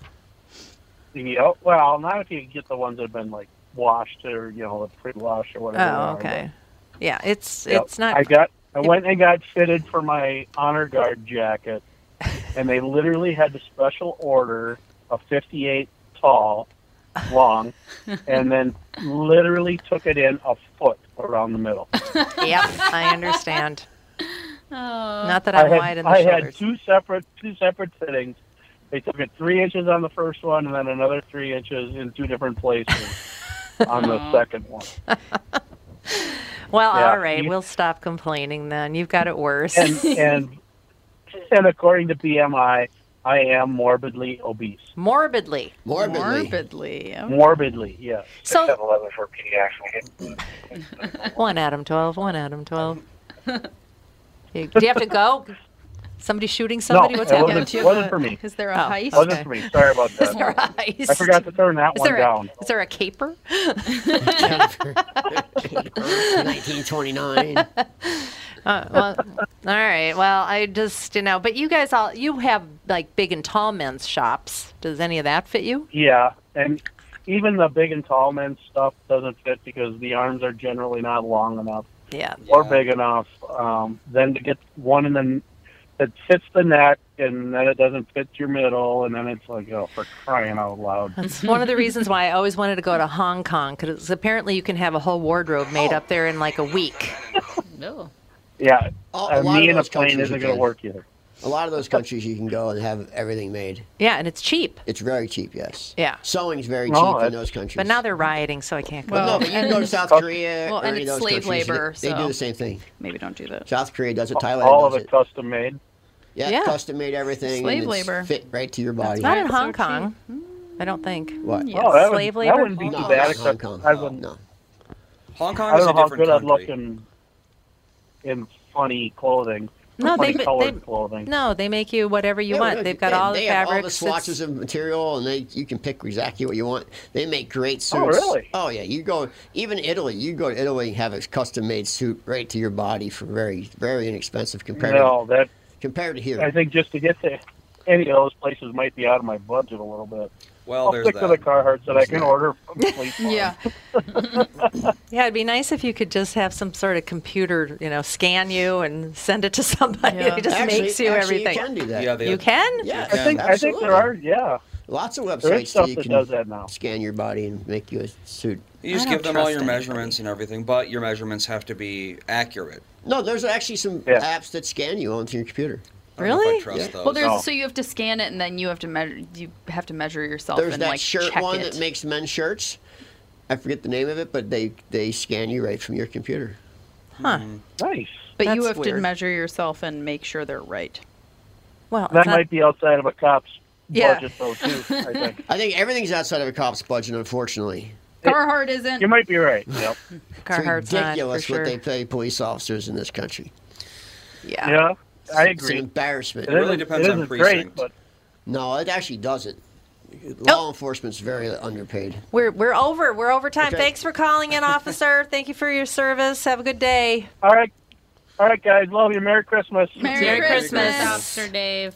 The, oh, well, not if you get the ones that have been like washed or you know pre-washed or whatever. they
Oh,
are, but-
okay. Yeah, it's
Yep.
it's not.
I got. I went and got fitted for my honor guard jacket, and they literally had to special order a 58 tall long, and then literally took it in a foot around the middle.
yep, I understand.
Oh.
Not that
I
I'm
had,
wide in the
I
shoulders.
had two separate two separate fittings. They took it three inches on the first one, and then another three inches in two different places on the
Aw.
second one.
Well,
Yeah.
all right, we'll stop complaining then. You've got it worse.
And and and according to BMI, I am morbidly obese.
morbidly.
Morbidly.
Morbidly.
Morbidly, yes.
So-
Except 11 for pediatric.
One Adam 12, one Adam 12. You- Do you have to go? Somebody shooting somebody? What's
it
happening?
wasn't- Yeah, do you wasn't have for a- me.
is there a
Oh,
heist?
Wasn't
okay.
for me. Sorry about that.
Is there a heist?
I forgot to turn that
Is
one
there a-
down.
Is there a caper?
1929.
Uh, well, all right. Well, I just you know, but you guys all you have like big and tall men's shops. Does any of that fit you?
Yeah, and even the big and tall men stuff doesn't fit because the arms are generally not long enough
Yeah.
or big enough. Um, then to get one in the that fits the neck, and then it doesn't fit your middle, and then it's like, oh, for crying out loud!
It's one of the reasons why I always wanted to go to Hong Kong because apparently you can have a whole wardrobe made up there in like a week.
No.
Yeah,
All-
uh,
a lot
me
of
and a
those
plane
countries
isn't
you
going to
can.
work either.
A lot of those countries you can go and have everything made.
Yeah, and it's cheap.
It's very cheap, yes.
Yeah.
Sewing's very cheap
No,
in
it's-
those countries.
But now they're rioting, so I can't go.
Well, no, but you can go to South Korea.
Well,
or
and
any of
it's
those
slave
countries.
labor,
They, they do
so-
the same thing.
Maybe don't do that.
South Korea does it. Thailand
All of
does
it custom made.
Yeah,
Yeah.
custom made everything.
Slave
and it's
labor.
Fit right to your body.
Not in Hong Kong. I don't think.
What?
Yeah.
Oh, Hmm. that would-
Slave
that
labor.
wouldn't be
No,
too bad.
not
Except
Hong Kong.
I would
No.
Hong
I
Kong is
don't
a
know how
different
good I'd look
country.
in in funny clothing,
No,
funny
they-
colored
they-
clothing.
No, they make you whatever you
Yeah,
want.
no,
They've got
they-
all the
they have
fabrics.
all the
It's-
swatches of material, and they you can pick exactly what you want. They make great suits.
Oh, really?
Oh yeah, you go even Italy. You go to Italy and have a custom made suit right to your body for very very inexpensive compared
No, that
to, compared to here.
I think just to get to any of those places might be out of my budget a little bit.
Well,
I'll
there's
stick
that.
to the Carhartts that I
There's
can
that.
order from Fleet Farm.
Yeah.
Yeah, it'd be nice if you could just have some sort of computer, you know, scan you and send it to somebody.
Yeah.
It just
Actually-
makes you
actually,
everything.
You can do that.
Yeah, they
You can?
I
Yeah,
think I think
absolutely.
there are yeah.
lots of
There
websites
is stuff
you
that
can
does that now.
scan your body and make you a suit.
You just give them all your measurements and everything, but your measurements have to be accurate.
No, there's actually some
Yeah.
apps that scan you onto your computer.
I don't know if I
Really?
trust
Yeah.
those.
Well, there's
Oh.
so you have to scan it and then you have to measure. You have to measure yourself
There's
and
that
like
shirt
check
one
it.
that makes men's shirts. I forget the name of it, but they they scan you right from your computer.
Huh.
Hmm.
Mm.
Nice.
but you
That's
have
weird.
to measure yourself and make sure they're right.
Well,
That
it's not-
might be outside of a cop's
Yeah.
budget though too. I think
I think everything's outside of a cop's budget, unfortunately.
Carhartt isn't.
you might be right. Yep.
Carhartt's
it's
not
ridiculous
for
what
sure.
they pay police officers in this country.
Yeah.
Yeah, I
It's an
agree.
embarrassment.
It
really
isn't-
depends
it
on
isn't
precinct.
Great, but
No, it actually doesn't.
Oh.
Law enforcement's very underpaid.
We're, we're over. We're over time.
Okay.
Thanks for calling in, officer. Thank you for your service. Have a good day.
all right, all right, guys. Love you. Merry Christmas.
Merry,
Merry
Christmas.
Christmas, Officer Dave.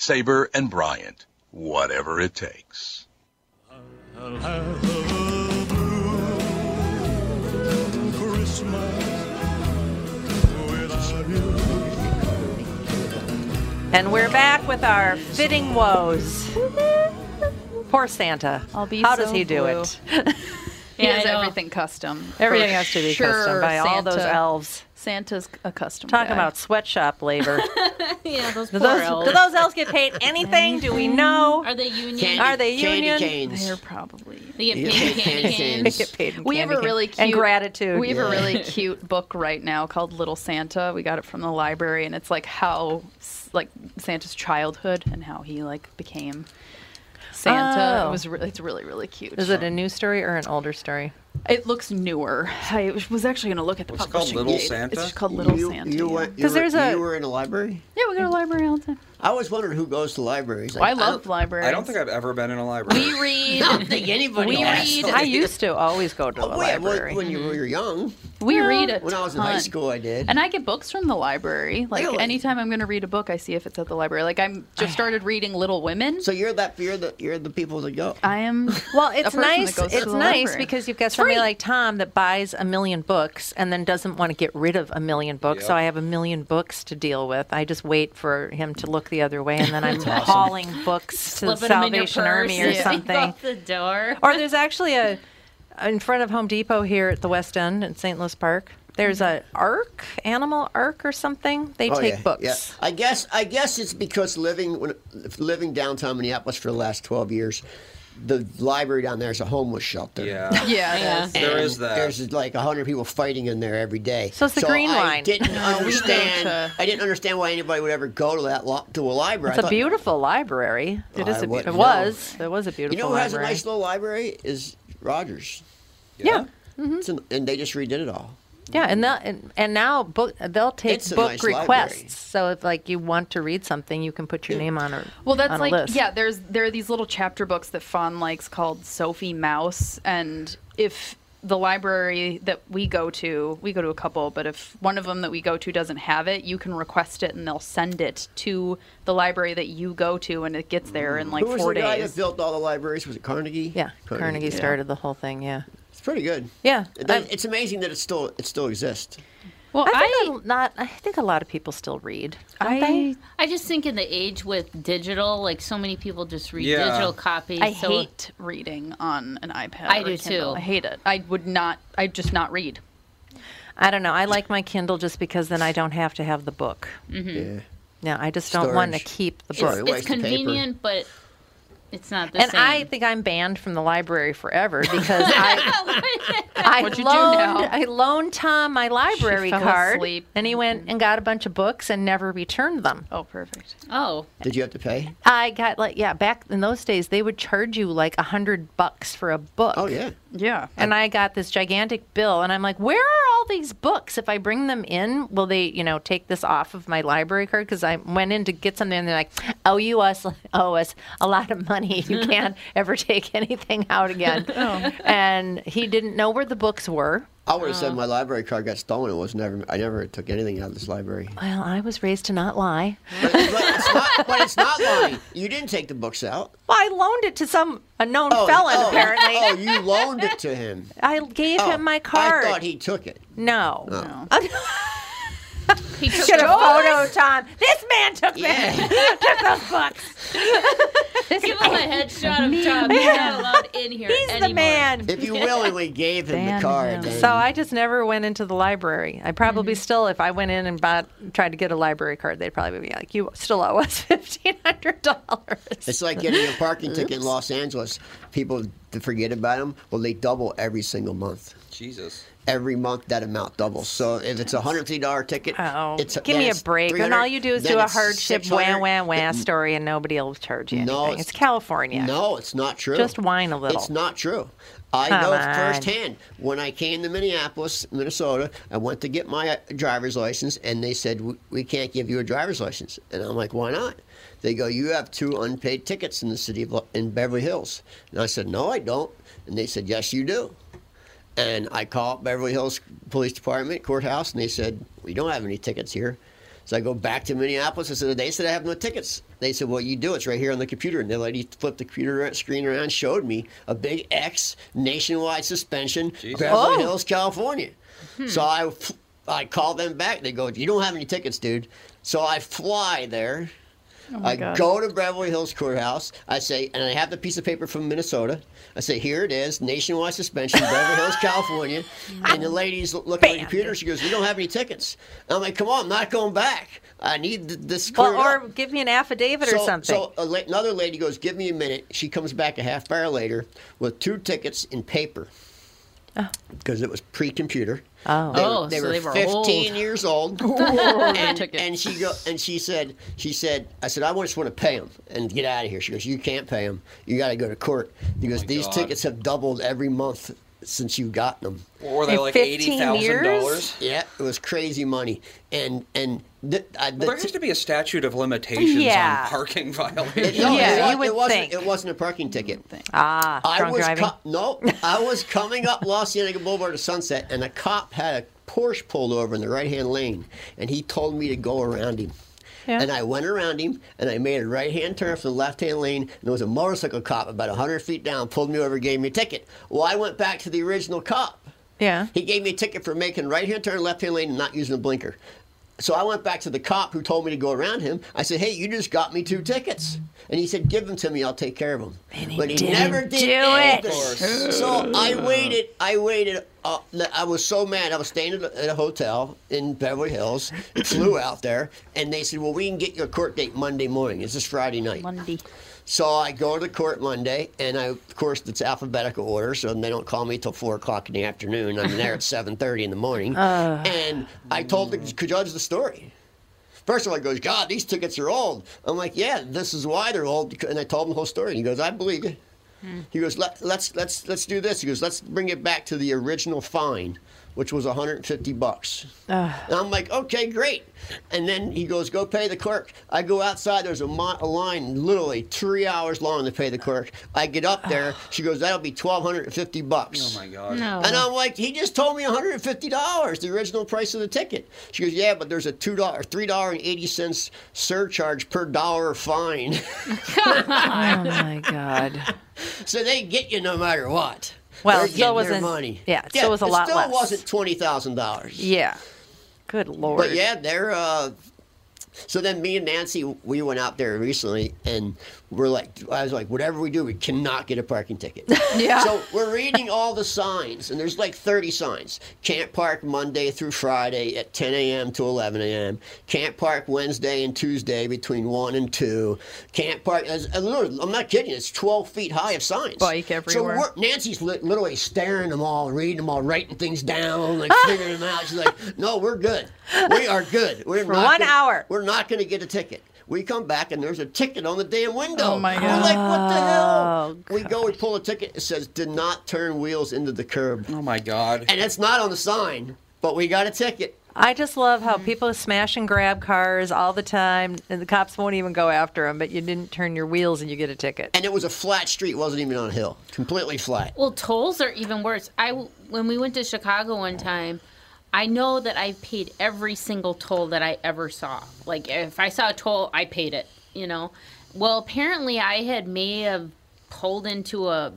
Sabre and Bryant, whatever it takes.
And we're back with our fitting woes. Poor Santa.
I'll be
How does
so
he do
blue.
it?
He
Yeah,
has
I know.
everything custom.
Everything
For
has to be
sure,
custom by all those
Santa-
elves.
Santa's a custom.
Talking
guy.
about sweatshop labor.
yeah, those
Do
poor
those-
elves.
do those elves get paid anything? Do we know?
Are they union?
Candy- Are they candy union? canes.
They're probably.
They get paid in candy canes.
They get paid in
We have
candy
a really
canes.
cute
And gratitude.
We have
Yeah.
a really cute book right now called Little Santa. We got it from the library, and it's like how s- like Santa's childhood and how he like became Santa.
Oh.
It was really, it's really really cute.
Is it a new story or an older story?
It looks newer. I was actually going to look at the
What's it called,
publishing
Little
date.
Santa?
It's just called Little
you,
Santa.
You,
yeah.
went, you,
'Cause
were,
there's a-
you were in a library?
Yeah, we go to the library all the time.
I always wondered who goes to libraries.
I love libraries.
I don't think I've ever been in a library.
We read.
I don't think anybody
We
has.
read-
I used to always go to the
Well, yeah,
library.
when, when you were young.
Mm-hmm. We read it.
When I was in high school, I did.
And I get books from the library. Like anytime I'm going to read a book, I see if it's at the library. Like I'm
Ah.
just started reading Little Women.
So you're that you're the you're the people that go.
I am.
Well,
a
it's
person that
nice.
goes to
It's
the
nice
library.
because you've got somebody like Tom that buys a million books and then doesn't want to get rid of a million books. So
Yep.
I have a million books to deal with. I just wait for him to look the other way, and then I'm
That's awesome.
hauling books to the
Slipping 'em in your
Salvation
purse
Army or
and
something.
Off the door.
or there's actually a in front of Home Depot here at the West End in St. Louis Park. There's a ark, animal ark or something. They
Oh,
take
yeah,
books.
yeah. I guess I guess it's because living when, living downtown Minneapolis for the last twelve years, the library down there is a homeless shelter. Yeah,
Yeah, it Yeah. is. There is that.
There's like hundred people fighting in there every day.
So it's the green
I
line.
Didn't
No, we go
understand.
to-
I didn't understand why anybody would ever go to that lo- to a library.
It's
I
a
thought-
beautiful library. It
I
is. A be-
wouldn't
it
know.
was. It was a beautiful.
You know who has a
library.
nice little library is Rogers.
Yeah. Mm-hmm.
It's an- and they just redid it all.
Yeah, and that and, and now book they'll take
It's a
book
nice
requests.
library.
So if like you want to read something, you can put your name on a
Well, that's
on a
like
list.
yeah. There's there are these little chapter books that Fawn likes called Sophie Mouse, and if the library that we go to, we go to a couple, but if one of them that we go to doesn't have it, you can request it and they'll send it to the library that you go to, and it gets there in like
Who was
four
the guy that
days.
built all the libraries? Was it Carnegie? Yeah,
Carnegie started the whole thing. Yeah,
It's pretty good.
Yeah,
It- it's amazing that it still it still exists.
Well,
I think I, not. I think a lot of people still read. Don't they?
I just think in the age with digital, like so many people just read
Yeah.
digital copies.
I
so
hate reading on an iPad.
I
or
do
a Kindle.
too.
I hate it. I would not. I just not read.
I don't know. I like my Kindle just because then I don't have to have the book.
Mm-hmm.
Mhm.
Yeah.
No, I just don't want to
Storage.
keep the
it's,
book.
it's convenient, but it's not the
And
same.
I think I'm banned from the library forever because I I
What'd you do
loaned
now?
I loaned Tom my library
fell
card,
asleep.
and he went and got a bunch of books and never returned them.
Oh, perfect.
Oh,
Did you have to pay?
I got like yeah, back in those days they would charge you like a hundred bucks for a book. Oh
yeah.
Yeah.
And I got this gigantic bill and I'm like, where are all these books? If I bring them in, will they, you know, take this off of my library card? Because I went in to get something and they're like, Oh, you us owe us a lot of money. You can't ever take anything out again. And he didn't know where the books were.
I would have
Oh.
Uh.
said my library card got stolen. It was never. I never took anything out of this library.
Well, I was raised to not lie.
but it's not lying. You didn't take the books out.
Well, I loaned it to some unknown felon,
oh,
apparently.
Oh, you loaned it to him.
I gave
Oh,
him my card.
I thought he took it. Oh.
No.
No.
He
took
Should
the
have photo
books.
time. This man took
Yeah.
them. took those books.
Give him a headshot of Tom. He's not
Man.
allowed in here
He's the
anymore.
man.
If you willingly gave him the card, then
So I just never went into the library. I probably still, if I went in and bought, tried to get a library card, they'd probably be like, "You still owe us fifteen hundred dollars."
it's like getting a parking ticket in Los Angeles. People to forget about them. Well, they double every single month.
Jesus.
Every month that amount doubles. So if it's a hundred fifty dollar ticket, it's
Give
then
me a
it's
break. And all
300,
you do is
then
do a
it's
hardship
600.
wah wah wah story, and nobody will charge you
No,
anything.
it's-
It's, California.
No, it's not true.
Just whine a little.
It's not true. I
Come
know
on.
firsthand. When I came to Minneapolis, Minnesota, I went to get my uh, driver's license, and they said we, we can't give you a driver's license. And I'm like, why not? They go, you have two unpaid tickets in the city of Lo- in Beverly Hills. And I said, no, I don't. And they said, yes, you do. And I call up Beverly Hills Police Department courthouse, and they said we don't have any tickets here. So I go back to Minneapolis. I said they said I have no tickets. They said, well, you do. It's right here on the computer. And the lady flipped the computer screen around, showed me a big X nationwide suspension, Beverly
Oh.
Hills, California.
Hmm.
So I f- I called them back. They go, you don't have any tickets, dude. So I fly there.
Oh my
I
God.
go to Beverly Hills Courthouse. I say, and I have the piece of paper from Minnesota. I say, here it is, nationwide suspension, Beverly Hills, California. And the lady's l- looking at the computer. She goes, "We don't have any tickets." I'm like, "Come on, I'm not going back. I need th- this cleared
Well, or
up."
give me an affidavit
so,
or something.
So a la- another lady goes, "Give me a minute." She comes back a half hour later with two tickets in paper
Oh.
because it was pre-computer.
Oh.
they, were-
Oh,
they
so
were
they were
15
old.
years old, and, and she go and she said, she said, I said, I just want to pay them and get out of here. She goes, you can't pay them. You got to go to court because these
Oh God.
tickets have doubled every month since you got them.
Were they In like 15 $80,000? years?
Yeah, it was crazy money, and and th- I,
Well, there has to be a statute of limitations
Yeah.
on parking violations.
it, no, it, wa- it wasn't, It wasn't a parking ticket.
Ah,
I
drunk
was
driving.
co- no, I was coming up Los Angeles Boulevard to Sunset, and a cop had a Porsche pulled over in the right-hand lane, and he told me to go around him.
Yeah.
And I went around him, and I made a right-hand turn from the left-hand lane, and there was a motorcycle cop about hundred feet down, pulled me over, gave me a ticket. Well, I went back to the original cop.
Yeah.
He gave me a ticket for making right-hand turn, left-hand lane, and not using a blinker. So I went back to the cop who told me to go around him. I said, "Hey, you just got me two tickets," and he said, "Give them to me. I'll take care of them." but he
didn't
never did
do it.
anything.
Of course.
So I waited. I waited. Uh, I was so mad. I was staying at a, at a hotel in Beverly Hills. flew out there, and they said, "Well, we can get you a court date Monday morning. It's just Friday night." Monday. So I go to court Monday, and I, of course, it's alphabetical order, so they don't call me till four o'clock in the afternoon. I'm there at seven thirty in the morning, and I told the judge the story. First of all, he goes, God, these tickets are old. I'm like, yeah, this is why they're old. becau- And I told him the whole story. And he goes, I believe you. He goes, Let, let's let's let's do this. He goes, let's bring it back to the original fine, which was 150 bucks. And I'm like, okay, great. And then he goes, go pay the clerk. I go outside. There's a, mo- a line literally three hours long to pay the clerk. I get up there. She goes, that'll be 1,250 bucks.
Oh my God.
No.
And I'm like, he just told me $150, the original price of the ticket. She goes, yeah, but there's a two dollar, three dollar and eighty cents surcharge per dollar fine. oh my god. So they get you no matter what.
Well,
They're
so
getting
wasn't-
their money.
yeah, so it was a lot
still
less.
wasn't twenty thousand dollars.
yeah. Good lord.
But yeah, they're. Uh, so then me and Nancy, we went out there recently, and we're like, I was like, whatever we do, we cannot get a parking ticket. yeah. So we're reading all the signs, and there's like 30 signs. Can't park Monday through Friday at 10 a.m. to 11 a.m. Can't park Wednesday and Tuesday between 1 and 2. Can't park. as- and literally, I'm not kidding. It's 12 feet high of signs. Bike
everywhere.
So we're, Nancy's li- literally staring them all, reading them all, writing things down, like figuring them out. She's like, no, we're good. We are good. We're
For
not
one
gonna-
hour.
We're not going to get a ticket. We come back and there's a ticket on the damn window.
Oh, my
We're like, what the hell?
Oh,
we go, we pull a ticket. It says, "Did not turn wheels into the curb."
Oh my God.
And it's not on the sign, but we got a ticket.
I just love
Mm-hmm.
how people smash and grab cars all the time, and the cops won't even go after them. But you didn't turn your wheels, and you get a ticket.
And it was a flat street. It wasn't even on a hill. Completely flat.
Well, tolls are even worse. I when we went to Chicago one time, I know that I paid every single toll that I ever saw. Like if I saw a toll, I paid it. You know. Well, apparently I had may have pulled into a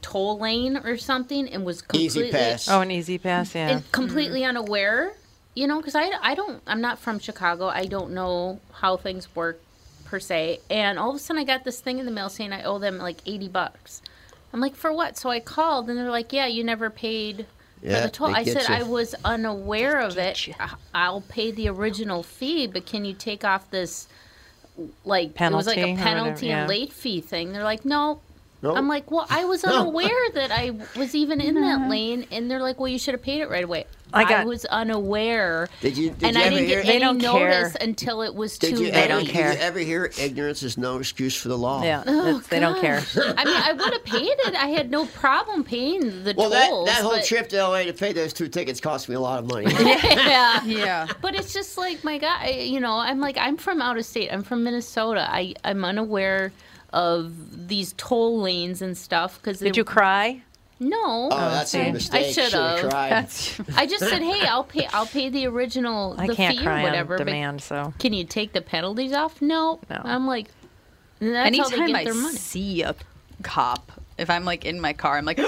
toll lane or something and was completely
Oh, an easy pass. Yeah.
and Mm-hmm. completely unaware, you know, because I, I don't, I'm not from Chicago. I don't know how things work per se. And all of a sudden I got this thing in the mail saying I owe them like 80 bucks. I'm like, for what? So I called and they're like, yeah, you never paid for
Yeah,
the toll.
they
I
get
said,
you.
I was unaware of it. I- I'll pay the original fee, but can you take off this, like, it was like
Penalty or
a
whatever,
penalty
yeah.
and late fee thing? They're like, no,
No.
I'm like, well, I was
No.
unaware that I was even in that lane, and they're like, well, you should have paid it right away.
I got-
was unaware,
Did you? Did
and
you
I
ever
didn't
hear?
get any notice until it was too
Did you
late.
ever, Did you ever hear? Ignorance is no excuse for the law.
Yeah, Oh, that's- they don't care. I mean, I would have paid it. I had no problem paying the
Well, that,
tolls.
that whole
but,
trip to LA to pay those two tickets cost me a lot of money.
yeah, yeah. But it's just like my God, I- you know. I'm like, I'm from out of state. I'm from Minnesota. I I'm unaware of these toll lanes and stuff because
Did you cry?
No.
Oh, that's a
Okay.
mistake.
I should
Should've
have.
tried. That's-
I just said, hey, I'll pay. I'll pay the original.
I
the
can't
fee
cry
or
on
whatever. but
demand, so.
Can you take the penalties off? No.
No.
I'm like, and that's how they
Anytime
get
I
their money.
see a cop, if I'm like in my car, I'm like, am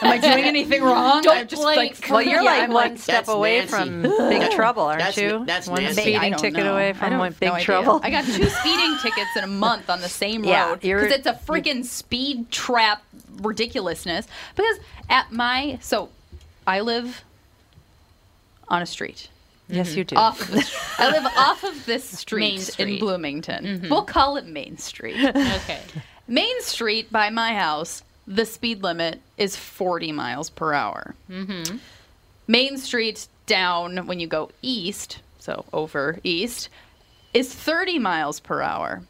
I doing anything wrong?
Don't
I'm just
blink.
like,
Well, you're
yeah,
like
I'm
one step
that's
away
Nancy.
from big trouble, aren't That's- you? that's One Nancy. speeding
I don't
ticket
know.
away
I
from
don't
one
have
big
idea.
trouble.
I got two speeding tickets in a month on the same
Yeah,
road
you're-
because it's a freaking speed trap ridiculousness. Because at my so, I live on a street. Mm-hmm.
Yes, you do.
Off of the, I live off of this street, Mm-hmm.
Main
in
Street.
Bloomington. We'll call it Main Street.
Okay.
Main Street by my house, the speed limit is 40 miles per hour.
Mm-hmm.
Main Street down when you go east, so over east, is 30 miles per hour.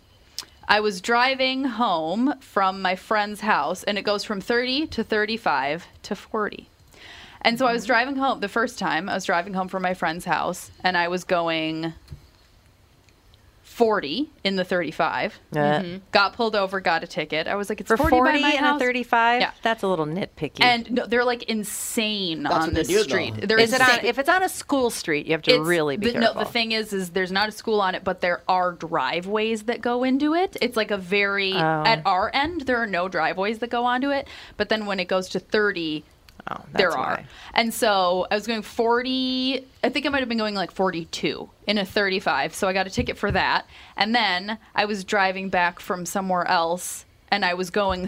I was driving home from my friend's house, and it goes from 30 to 35 to 40. And so I was
Mm-hmm.
driving home the first time, I was driving home from my friend's house, and I was going 40 in the 35.
Yeah. Mhm.
Got pulled over, got a ticket. I was like, it's
For
40,
40
by my
and
house.
a 35, that's a little nitpicky.
And no, they're like insane
That's
on
what they
this
do, though.
street.
Is it on- if it's on a school street, you have to really be
the,
careful.
No, the thing is, is there's not a school on it, but there are driveways that go into it. It's like a very
Oh.
at our end there are no driveways that go onto it, but then when it goes to 30. there
Oh, that's
are.
why.
And so I was going 40, I think I might have been going like 42 in a 35. So I got a ticket for that. And then I was driving back from somewhere else and I was going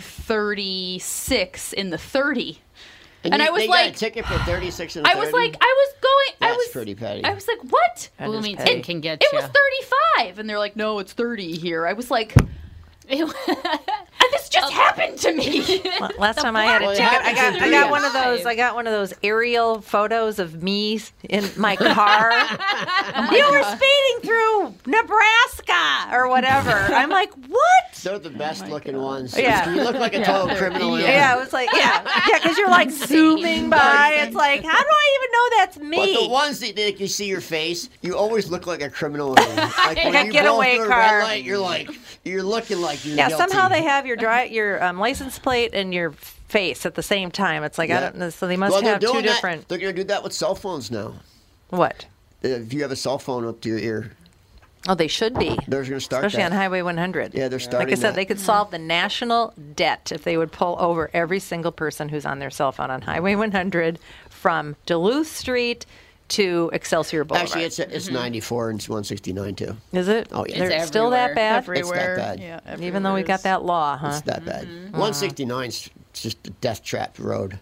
36 in the 30. And,
you-
I was
they
like,
got a ticket for 36 and
I was
30?
like, I was going, I
That's
was
pretty petty.
I was like, "What?"
That is
Bloomington
petty.
can get
It
ya.
was thirty-five, and they're like, "No, it's thirty here." I was like, and "This just
Oh.
happened to me."
Well, Last time I had a
Well, it
ticket, I
happens
got
in
I got one
real
of those. I got one of those aerial photos of me in my car. you were speeding through Nebraska or whatever. I'm like, what?
They're the best looking ones.
Yeah.
You look like a total criminal.
Yeah. yeah, it was like, yeah, yeah, because you're like zooming by. It's like, how do I even know that's me?
But the ones that, that you see your face, you always look like a criminal.
Like
Like when
a
you
getaway
blow through a red
car.
light, you're like, you're looking like you're
yeah,
guilty.
somehow they have your dri- your um, license plate and your face at the same time. It's like I
Yeah.
don't know. So they must
Well, they're
have two
doing that-
different.
They're going to do that with cell phones now.
What?
If you have a cell phone up to your ear,
Oh, they should be.
they're going to start
Especially
that.
on Highway 100.
Yeah, they're starting.
Like I said,
that.
they could solve the national debt if they would pull over every single person who's on their cell phone on Highway 100 from Duluth Street to Excelsior Boulevard.
Actually, it's it's
Mm-hmm.
Mm-hmm.
94 and it's 169 too.
Is it?
Oh yeah,
They're still that bad? Uh-huh.
It's that bad.
Even though we got that law, huh?
It's that bad.
Mm-hmm.
Mm-hmm.
169 is just a death trap road.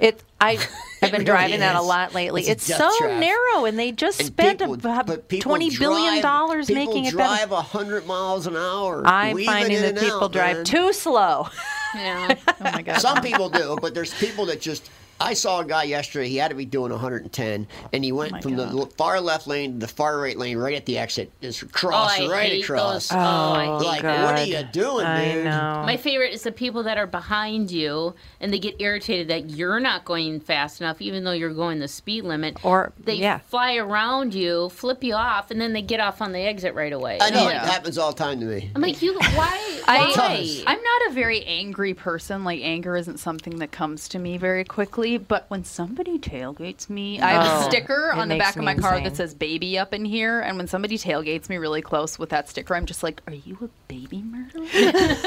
It I I've been
really
driving that a
is.
lot lately.
It's a
It's,
death
so
trap.
narrow, and they just spent about twenty billion
drive-
dollars
people
making it
drive
better.
100 miles an hour.
I'm
weaving
finding
in
that
and
people
out,
drive
man.
too slow.
Yeah.
Oh my god.
Some people do, but there's people that just. I saw a guy yesterday. He had to be doing 110, and he
Oh
went from the l- far left lane to the far right lane, right at the exit. Just cross
I
right
hate
across.
those. Oh, I hate
like
that.
what are you doing, dude?
My favorite is the people that are behind you and they get irritated that you're not going fast enough, even though you're going the speed limit.
Or
they
yeah.
fly around you, flip you off, and then they get off on the exit right away.
I know
I'm
it
like,
happens all the time to me.
I'm like, you why?
I,
why?
I'm not a very angry person. Like anger isn't something that comes to me very quickly. But when somebody tailgates me, I
Oh.
have a sticker
It
on the
makes
back of
me
my car
insane.
that says "baby" up in here. And when somebody tailgates me really close with that sticker, I'm just like, "Are you a baby, Myrtle?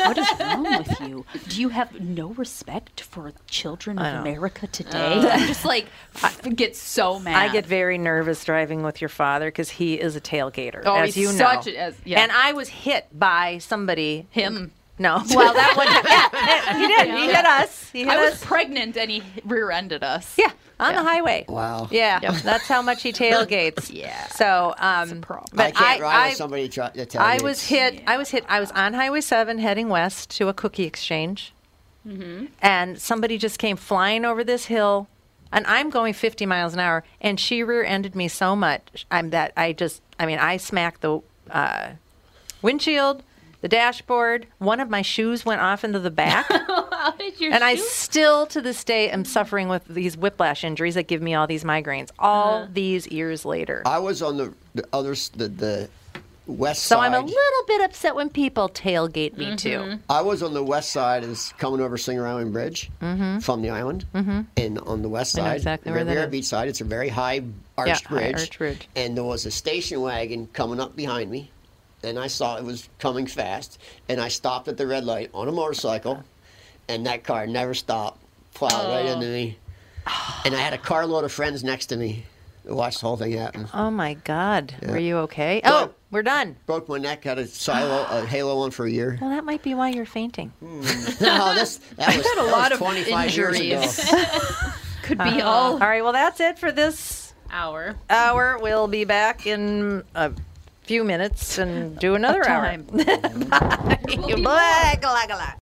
what is wrong with you? Do you have no respect for children
I know. Uh,
of America today?" I'm just like, f- get so mad.
I get very nervous driving with your father because he is a tailgater,
Oh,
as
he's
you know.
such a- as- yeah.
And I was hit by somebody.
Him.
No. Well, that one time. Yeah, he did. He hit us. He hit
I
us
was pregnant and he rear-ended us.
Yeah, on the highway.
Wow.
Yeah, that's how much he tailgates. yeah. So, um, but
I can't ride
I-
with somebody try, that tells
I
me
was
it's-
hit. I was hit. I was on Highway Seven heading west to a cookie exchange, and somebody just came flying over this hill, and I'm going 50 miles an hour, and she rear-ended me so much. I'm that I just. I mean, I smacked the uh, windshield, the dashboard. One of my shoes went off into the back.
How did your
and I
shoe-
still to this day am suffering with these whiplash injuries that give me all these migraines all these years later.
I was on the, the other s- the, the west
So I'm a
side.
little bit upset when people tailgate me too.
I was on the west side is coming over Singer Island Bridge
Mhm.
from the island.
Mhm.
And on the west
I know
side,
exactly where that
Riviera
is.
Beach side, it's a very high arched
Yeah, high
bridge.
arch bridge.
And there was a station wagon coming up behind me. And I saw it was coming fast. And I stopped at the red light on a motorcycle. And that car never stopped, plowed right
Oh.
into me. And I had a carload of friends next to me that watched the whole thing happen.
Oh my God,
Yeah.
were you okay?
But-
oh, we're done.
Broke my neck, had a silo, a halo on for a year.
Well, that might be why you're fainting.
Hmm.
no, this, that was, that was 25 years ago.
Could
be all.
Uh-huh. All right, well, that's it for this
hour.
hour. We'll be back in a few minutes and do another hour.
Time.
Blah, blah, blah.